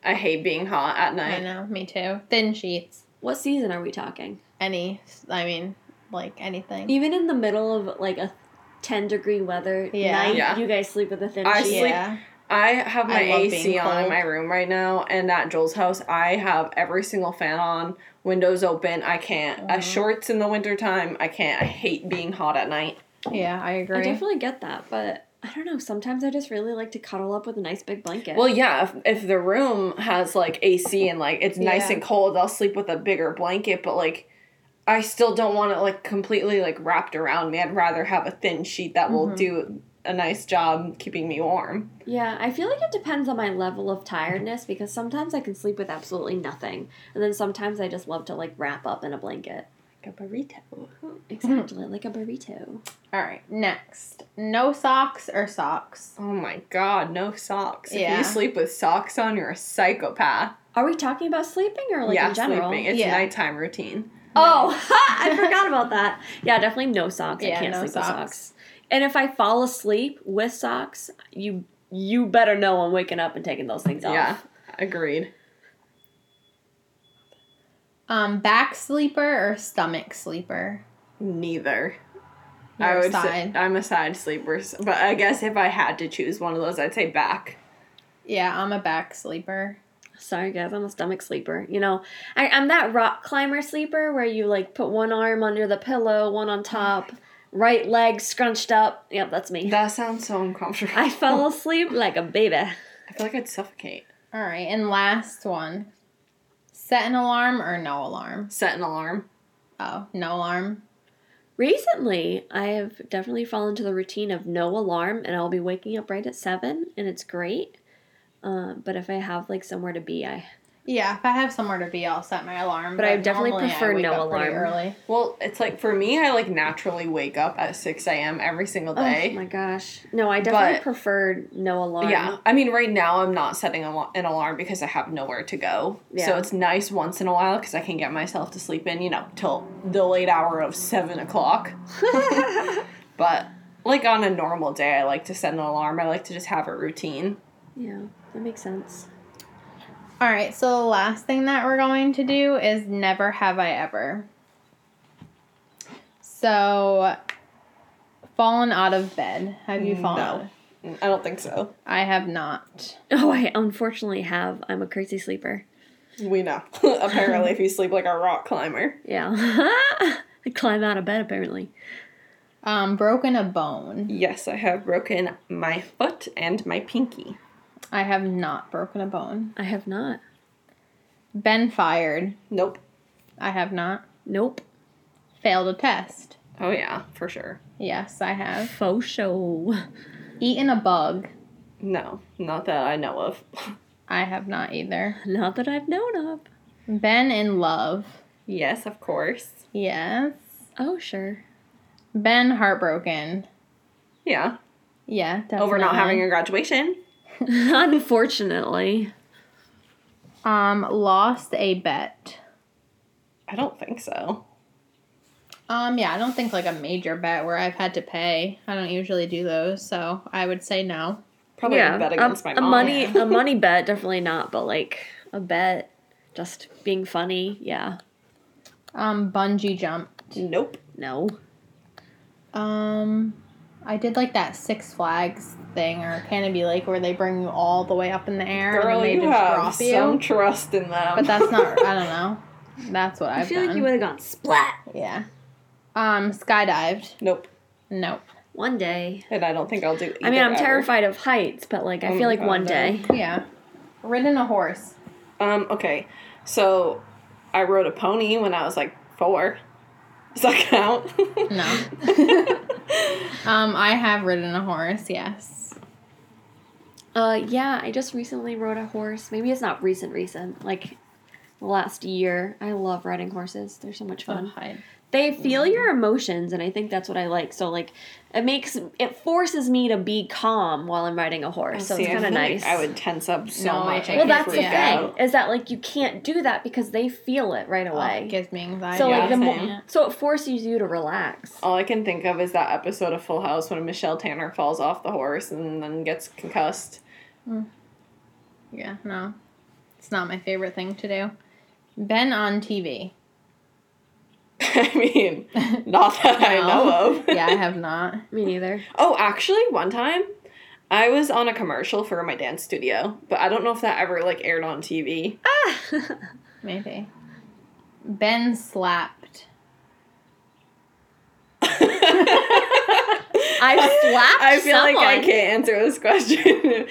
Speaker 2: I hate being hot at
Speaker 3: I
Speaker 2: night.
Speaker 3: know. Me too. Thin sheets.
Speaker 1: What season are we talking?
Speaker 3: Any. I mean, like anything.
Speaker 1: Even in the middle of like a 10 degree weather
Speaker 3: Yeah.
Speaker 1: night,
Speaker 2: Yeah.
Speaker 1: you guys sleep with a thin
Speaker 2: I
Speaker 1: sheet.
Speaker 2: sleep-
Speaker 3: yeah.
Speaker 2: I have my
Speaker 3: I love
Speaker 2: AC
Speaker 3: being
Speaker 2: on in
Speaker 3: cold.
Speaker 2: my room right now, and at Joel's house, I have every single fan on, windows open. I can't. I
Speaker 3: Mhm.
Speaker 2: shorts in the wintertime. I can't. I hate being hot at night.
Speaker 3: Yeah, I
Speaker 1: I
Speaker 3: agree.
Speaker 1: definitely get that, but I don't know. Sometimes I just really like to cuddle up with a nice big blanket.
Speaker 2: Well, yeah, if, if the room has like AC and like it's nice
Speaker 3: Yeah.
Speaker 2: and cold, I'll sleep with a bigger blanket, but like I still don't want it like completely like wrapped around me. I'd rather have a thin sheet that will
Speaker 3: Mhm.
Speaker 2: do a nice job keeping me warm.
Speaker 1: Yeah, I feel like it depends on my level of tiredness because sometimes I can sleep with absolutely nothing. And then sometimes I just love to like wrap up in a blanket.
Speaker 2: Like a burrito.
Speaker 1: Exactly, like a burrito.
Speaker 3: All right, next. No socks or socks?
Speaker 2: Oh my god, no socks. If
Speaker 3: Yeah.
Speaker 2: you sleep with socks on, you're a psychopath.
Speaker 1: Are we talking about sleeping or like in general?
Speaker 2: sleeping. It's
Speaker 3: Yeah.
Speaker 2: nighttime routine.
Speaker 1: Oh, I forgot about that. Yeah, definitely no socks. I
Speaker 3: Yeah,
Speaker 1: can't
Speaker 3: no
Speaker 1: sleep with
Speaker 3: socks.
Speaker 1: socks. And if I fall asleep with socks, you you better know I'm waking up and taking those things off.
Speaker 2: Yeah, agreed.
Speaker 3: Um, back sleeper or stomach sleeper?
Speaker 2: Neither.
Speaker 3: You're
Speaker 2: I
Speaker 3: a
Speaker 2: would
Speaker 3: side.
Speaker 2: say I'm a side sleeper, s- but I guess if I had to choose one of those, I'd say back.
Speaker 3: Yeah, I'm a back sleeper.
Speaker 1: Sorry, guys, I'm a stomach sleeper. You know, I, I'm that rock climber sleeper where you like put one arm under the pillow, one on top, right leg scrunched up. Yep, that's me.
Speaker 2: That sounds so uncomfortable.
Speaker 1: I fell asleep like a baby.
Speaker 2: I feel like I'd suffocate.
Speaker 3: All right, and last one. Set an alarm or no alarm?
Speaker 2: Set an alarm.
Speaker 3: Oh, no alarm.
Speaker 1: Recently, I have definitely fallen to the routine of no alarm, and I'll be waking up right at seven, and it's great. Uh, but if I have like somewhere to be, I
Speaker 3: Yeah, if I have somewhere to be, I'll set my alarm.
Speaker 1: But I definitely
Speaker 3: normally
Speaker 1: prefer
Speaker 3: wake
Speaker 1: no
Speaker 3: up pretty
Speaker 1: alarm.
Speaker 3: Early.
Speaker 2: Well, it's like for me, I like naturally wake up at 6 a.m. every single
Speaker 1: oh
Speaker 2: day.
Speaker 1: my gosh, no, I definitely
Speaker 2: But-
Speaker 1: preferred no alarm.
Speaker 2: yeah. I mean, right now I'm not setting al- an alarm because I have nowhere to go. So
Speaker 1: Yeah.
Speaker 2: it's nice once in a while because I can get myself to sleep in, you know, till the late hour of 7 o'clock. but like on a normal day, I like to set an alarm. I like to just have a routine.
Speaker 1: yeah, that makes sense.
Speaker 3: All right, so the last thing that we're going to do is never have I ever. So, fallen out of bed. Have
Speaker 1: Mm,
Speaker 3: you fallen?
Speaker 2: No.
Speaker 3: out of-
Speaker 2: I don't think so.
Speaker 3: I have not.
Speaker 1: Oh, I unfortunately have. I'm a crazy sleeper.
Speaker 2: We know. Apparently, if you sleep like a rock climber.
Speaker 1: Yeah, I climb out of bed apparently.
Speaker 3: Um, broken a bone.
Speaker 2: Yes, I have broken my foot and my pinky.
Speaker 3: I have not broken a bone.
Speaker 1: I have not.
Speaker 3: Been fired.
Speaker 2: Nope.
Speaker 3: I have not.
Speaker 1: Nope.
Speaker 3: Failed a test.
Speaker 2: Oh, yeah, for sure.
Speaker 3: Yes, I have.
Speaker 1: Faux show.
Speaker 3: Eaten a bug.
Speaker 2: No, not that I know of.
Speaker 3: I have not either.
Speaker 1: Not that I've known of.
Speaker 3: Been in love.
Speaker 2: yes, of course.
Speaker 3: Yes.
Speaker 1: Oh sure.
Speaker 3: Been heartbroken.
Speaker 2: Yeah.
Speaker 3: Yeah, definitely.
Speaker 2: Over not having your graduation.
Speaker 1: Unfortunately.
Speaker 3: Um, lost a bet.
Speaker 2: I don't think so.
Speaker 3: Um, yeah, I don't think like a major bet where I've had to pay. I don't usually do those, so I would say no.
Speaker 2: Probably
Speaker 1: yeah,
Speaker 2: a bet
Speaker 1: a-
Speaker 2: against my
Speaker 1: a
Speaker 2: mom.
Speaker 1: money
Speaker 3: yeah.
Speaker 1: a money bet definitely not, but like a bet, just being funny, yeah,
Speaker 3: Um, bungee jump.
Speaker 2: Nope.
Speaker 1: no.
Speaker 3: Um, I did like that Six Flags thing or Canopy Lake where they bring you all the way up in the air
Speaker 2: Girl,
Speaker 3: and then
Speaker 2: you
Speaker 3: they
Speaker 2: have
Speaker 3: just drop
Speaker 2: some
Speaker 3: you.
Speaker 2: trust in them.
Speaker 3: But that's not. I don't know. That's what
Speaker 1: i
Speaker 3: I've
Speaker 1: feel
Speaker 3: done.
Speaker 1: like you would have gone splat
Speaker 3: yeah. Um, skydived.
Speaker 2: nope.
Speaker 3: Nope.
Speaker 1: one day.
Speaker 2: And I don't think I'll do either
Speaker 1: I mean, I'm
Speaker 2: ever.
Speaker 1: terrified of heights, but like I
Speaker 2: Oh
Speaker 1: feel
Speaker 2: my
Speaker 1: like
Speaker 2: God,
Speaker 1: one
Speaker 2: no.
Speaker 1: day.
Speaker 3: Yeah. Ridden a horse.
Speaker 2: Um, okay. So I rode a pony when I was like four. Does that count?
Speaker 3: No. um, I have ridden a horse. Yes.
Speaker 1: Uh, yeah, I just recently rode a horse. Maybe it's not recent, recent. Like last year, I love riding horses. They're so much fun.
Speaker 3: Oh, hi.
Speaker 1: They feel
Speaker 2: Mm-hmm.
Speaker 1: your emotions, and I think that's what I like. So like, it makes it forces me, to be calm while I'm riding a horse. so
Speaker 2: See,
Speaker 1: it's
Speaker 2: I
Speaker 1: kind of
Speaker 2: feel like
Speaker 1: nice.
Speaker 2: I would tense up so
Speaker 3: No, I
Speaker 2: much. I
Speaker 3: think
Speaker 1: Well,
Speaker 2: could
Speaker 3: you
Speaker 1: that's the
Speaker 2: freak
Speaker 1: thing
Speaker 3: freak out.
Speaker 1: is that like you can't do that because they feel it right
Speaker 3: Oh, it
Speaker 1: away.
Speaker 3: gives me anxiety.
Speaker 1: so like
Speaker 2: Yeah,
Speaker 1: the
Speaker 2: same.
Speaker 1: mo- so it forces you to relax.
Speaker 2: All I can think of is that episode of Full House when Michelle Tanner falls off the horse and then gets concussed.
Speaker 3: yeah, no, it's not my favorite thing to do. Been on TV.
Speaker 2: I mean, not that I
Speaker 3: No.
Speaker 2: know of.
Speaker 3: yeah, I have not.
Speaker 1: Me neither.
Speaker 2: Oh, actually, one time I was on a commercial for my dance studio, but I don't know if that ever like aired on TV.
Speaker 3: Maybe. Been slapped.
Speaker 1: I slapped.
Speaker 2: I feel like I
Speaker 1: someone.
Speaker 2: can't answer this question.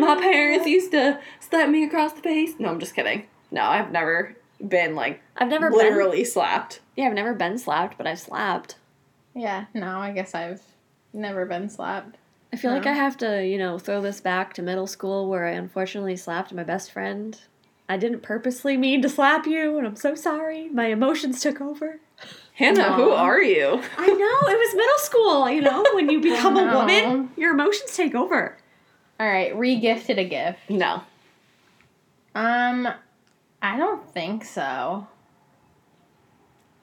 Speaker 2: My parents used to slap me across the face. No, I'm just kidding. No, I've never been like
Speaker 1: I've never been.
Speaker 2: literally slapped.
Speaker 1: Yeah, I've never been slapped, but I've slapped.
Speaker 3: Yeah, no, I guess I've never been slapped.
Speaker 1: I feel like
Speaker 3: No.
Speaker 1: I have to, you know, throw this back to middle school where I unfortunately slapped my best friend. I didn't purposely mean to slap you, and I'm so sorry. My emotions took over.
Speaker 2: Hannah, who
Speaker 3: Aw.
Speaker 2: are you?
Speaker 1: I know, it was middle school, you know, when you become a
Speaker 3: no.
Speaker 1: woman, your emotions take over.
Speaker 3: All right, regifted a gift.
Speaker 2: No.
Speaker 3: Um, I don't think so.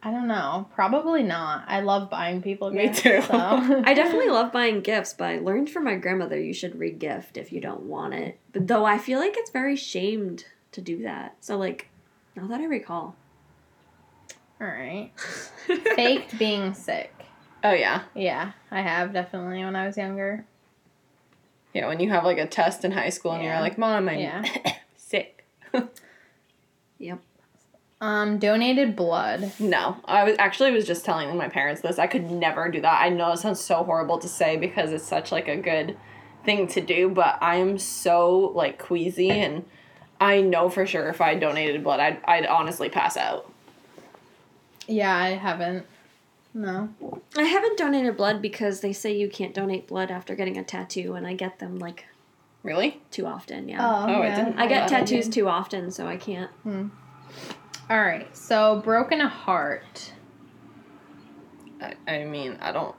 Speaker 3: I don't know. Probably not. I love buying people
Speaker 2: Me
Speaker 3: gifts.
Speaker 2: too.
Speaker 3: So.
Speaker 1: I definitely love buying gifts, but I learned from my grandmother you should regift if you don't want it. But though I feel like it's very shamed to do that. So like now that I recall.
Speaker 3: All right. Faked being sick.
Speaker 2: Oh yeah.
Speaker 3: Yeah, I have definitely when I was younger.
Speaker 2: Yeah, when you have like a test in high school and
Speaker 3: Yeah.
Speaker 2: you're like, Mom, I'm
Speaker 3: Yeah.
Speaker 2: sick.
Speaker 1: yep.
Speaker 3: Um, donated blood.
Speaker 2: No. I was actually was just telling my parents this. I could never do that. I know it sounds so horrible to say because it's such like a good thing to do, but I am so like queasy and I know for sure if I donated blood, I'd, I'd honestly pass out.
Speaker 3: Yeah, I haven't. No.
Speaker 2: Oh,
Speaker 1: I haven't donated blood because they say you can't donate blood after getting a tattoo, and I get them like
Speaker 2: Really?
Speaker 1: too often. Yeah,
Speaker 2: Oh, I didn't
Speaker 1: I get
Speaker 2: Yeah.
Speaker 1: tattoos too often, so I can't.
Speaker 3: All right. So broken heart.
Speaker 2: I, I mean, I don't,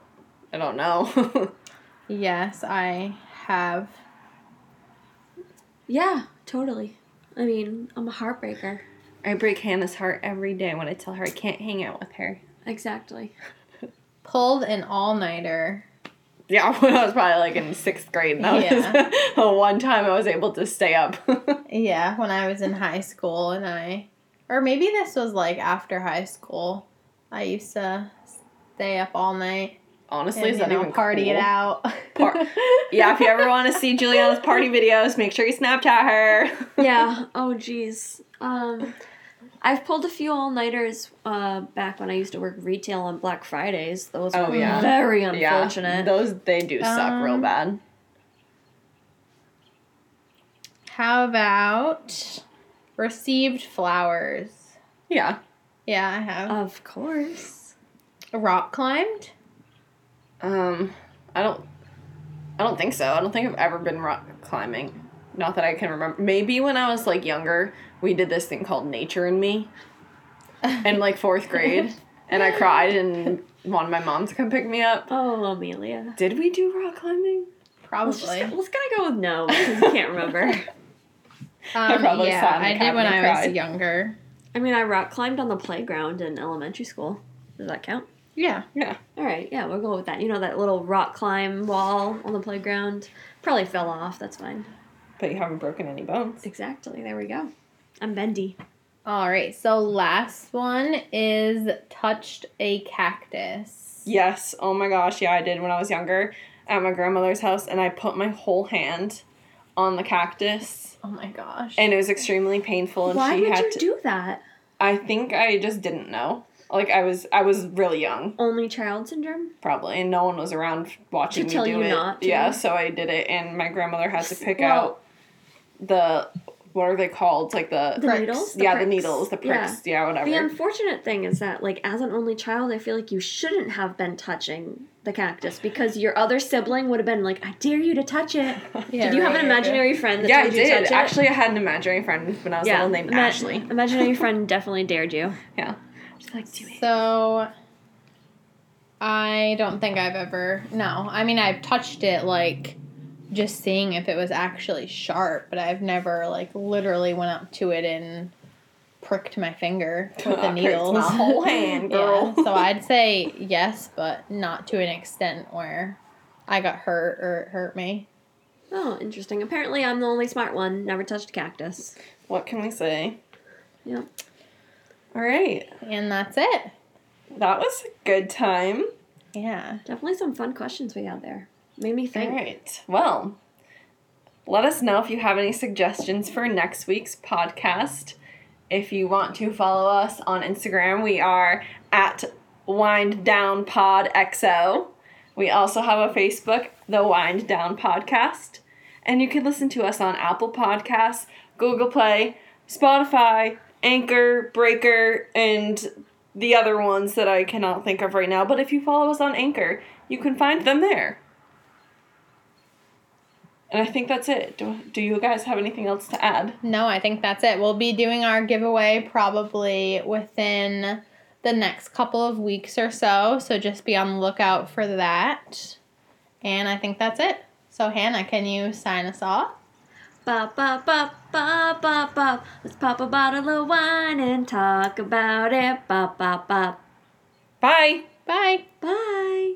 Speaker 2: I don't know.
Speaker 3: Yes, I have.
Speaker 1: Yeah, totally. I mean, I'm a heartbreaker.
Speaker 2: I break Hannah's heart every day when I tell her I can't hang out with her.
Speaker 1: Exactly.
Speaker 3: Pulled an all nighter.
Speaker 2: Yeah, when I was probably like in sixth grade, that
Speaker 3: Yeah.
Speaker 2: was the one time I was able to stay up.
Speaker 3: Yeah, when I was in high school and I or maybe this was like after high school. I used to stay up all night
Speaker 2: Honestly,
Speaker 3: and
Speaker 2: is
Speaker 3: you
Speaker 2: that
Speaker 3: know,
Speaker 2: even
Speaker 3: party
Speaker 2: cool?
Speaker 3: it out.
Speaker 2: Par- yeah, if you ever want to see Juliana's party videos, make sure you Snapchat her.
Speaker 1: yeah. Oh, geez. Um, I've pulled a few all nighters uh, back when I used to work retail on Black Fridays. Those
Speaker 2: Oh,
Speaker 1: were
Speaker 2: yeah.
Speaker 1: very
Speaker 2: yeah,
Speaker 1: unfortunate.
Speaker 2: those they do suck real
Speaker 3: Um,
Speaker 2: bad.
Speaker 3: How about received flowers?
Speaker 2: Yeah.
Speaker 3: Yeah, I have.
Speaker 1: Of course.
Speaker 2: Uh,
Speaker 3: Rock climbed?
Speaker 2: Um, I don't. I don't think so. I don't think I've ever been rock climbing. Not that I can remember. Maybe when I was like younger, we did this thing called Nature and Me, in like fourth grade, and I cried and wanted my mom to come pick me up.
Speaker 1: Oh, Amelia.
Speaker 2: Did we do rock climbing?
Speaker 1: Let's, just,
Speaker 3: Probably.
Speaker 1: let's gonna go with no because you can't remember.
Speaker 3: Um,
Speaker 2: probably sat
Speaker 3: yeah,
Speaker 2: in the
Speaker 3: I did when
Speaker 2: cabinet
Speaker 3: I
Speaker 2: and
Speaker 3: was
Speaker 2: cried.
Speaker 3: younger.
Speaker 1: I mean, I rock climbed on the playground in elementary school. Does that count?
Speaker 3: Yeah.
Speaker 2: Yeah.
Speaker 1: All right, yeah, we'll go with that. You know that little rock climb wall on the playground? Probably fell off. That's fine.
Speaker 2: But you haven't broken any bones.
Speaker 1: Exactly. There we go. I'm bendy.
Speaker 3: All right. So last one is touched a cactus.
Speaker 2: Yes. Oh my gosh. Yeah, I did when I was younger at my grandmother's house, and I put my whole hand on the cactus,
Speaker 3: Oh my gosh.
Speaker 2: and it was extremely painful. And
Speaker 1: Why
Speaker 2: she
Speaker 1: would
Speaker 2: had
Speaker 1: you
Speaker 2: to.
Speaker 1: do that?
Speaker 2: I think I just didn't know. Like I was, I was really young,
Speaker 1: Only child syndrome?
Speaker 2: probably, and no one was around watching
Speaker 1: To
Speaker 2: me
Speaker 1: tell
Speaker 2: do
Speaker 1: you
Speaker 2: it.
Speaker 1: not to.
Speaker 2: Yeah, so I did it, and my grandmother had to pick
Speaker 1: Well-
Speaker 2: out the what are they called? Like the,
Speaker 1: The
Speaker 3: Pricks.
Speaker 1: needles?
Speaker 2: yeah, the
Speaker 1: pricks.
Speaker 2: needles, the
Speaker 1: Yeah.
Speaker 2: pricks, yeah, whatever.
Speaker 1: The unfortunate thing is that, like, as an only child, I feel like you shouldn't have been touching the cactus because your other sibling would have been like, I dare you to touch it.
Speaker 3: Yeah,
Speaker 1: did you have
Speaker 3: right.
Speaker 1: an imaginary friend that
Speaker 2: yeah, I
Speaker 1: told you to touch
Speaker 2: did.
Speaker 1: it?
Speaker 2: Actually, I had an imaginary friend when I was little named
Speaker 1: ima-
Speaker 2: Ashley.
Speaker 1: Imaginary friend definitely dared you.
Speaker 2: Yeah.
Speaker 1: She's like, do it.
Speaker 3: So I don't think I've ever no. I mean I've touched it like just seeing if it was actually sharp, but I've never like literally went up to it and pricked my finger with
Speaker 2: I
Speaker 3: the
Speaker 2: pricked
Speaker 3: needles.
Speaker 2: my whole hand, girl.
Speaker 3: Yeah, so I'd say yes, but not to an extent where I got hurt or it hurt me.
Speaker 1: Oh, interesting. Apparently, I'm the only smart one. Never touched cactus.
Speaker 2: What can we say?
Speaker 1: Yep.
Speaker 2: All right.
Speaker 3: And that's it.
Speaker 2: That was a good time.
Speaker 3: Yeah.
Speaker 1: Definitely some fun questions we had there. Made me
Speaker 2: All
Speaker 1: think.
Speaker 2: right. Well, let us know if you have any suggestions for next week's podcast. If you want to follow us on Instagram, we are at Wind Down Pod XO. We also have a Facebook, The Wind Down Podcast. And you can listen to us on Apple Podcasts, Google Play, Spotify, Anchor, Breaker, and the other ones that I cannot think of right now. But if you follow us on Anchor, you can find them there. And I think that's it. Do, do you guys have anything else to add?
Speaker 3: No, I think that's it. We'll be doing our giveaway probably within the next couple of weeks or so. So just be on the lookout for that. And I think that's it. So, Hannah, can you sign us off?
Speaker 1: Ba ba ba ba ba ba. Let's pop a bottle of wine and talk about it. Ba ba ba.
Speaker 2: Bye!
Speaker 3: Bye.
Speaker 1: Bye.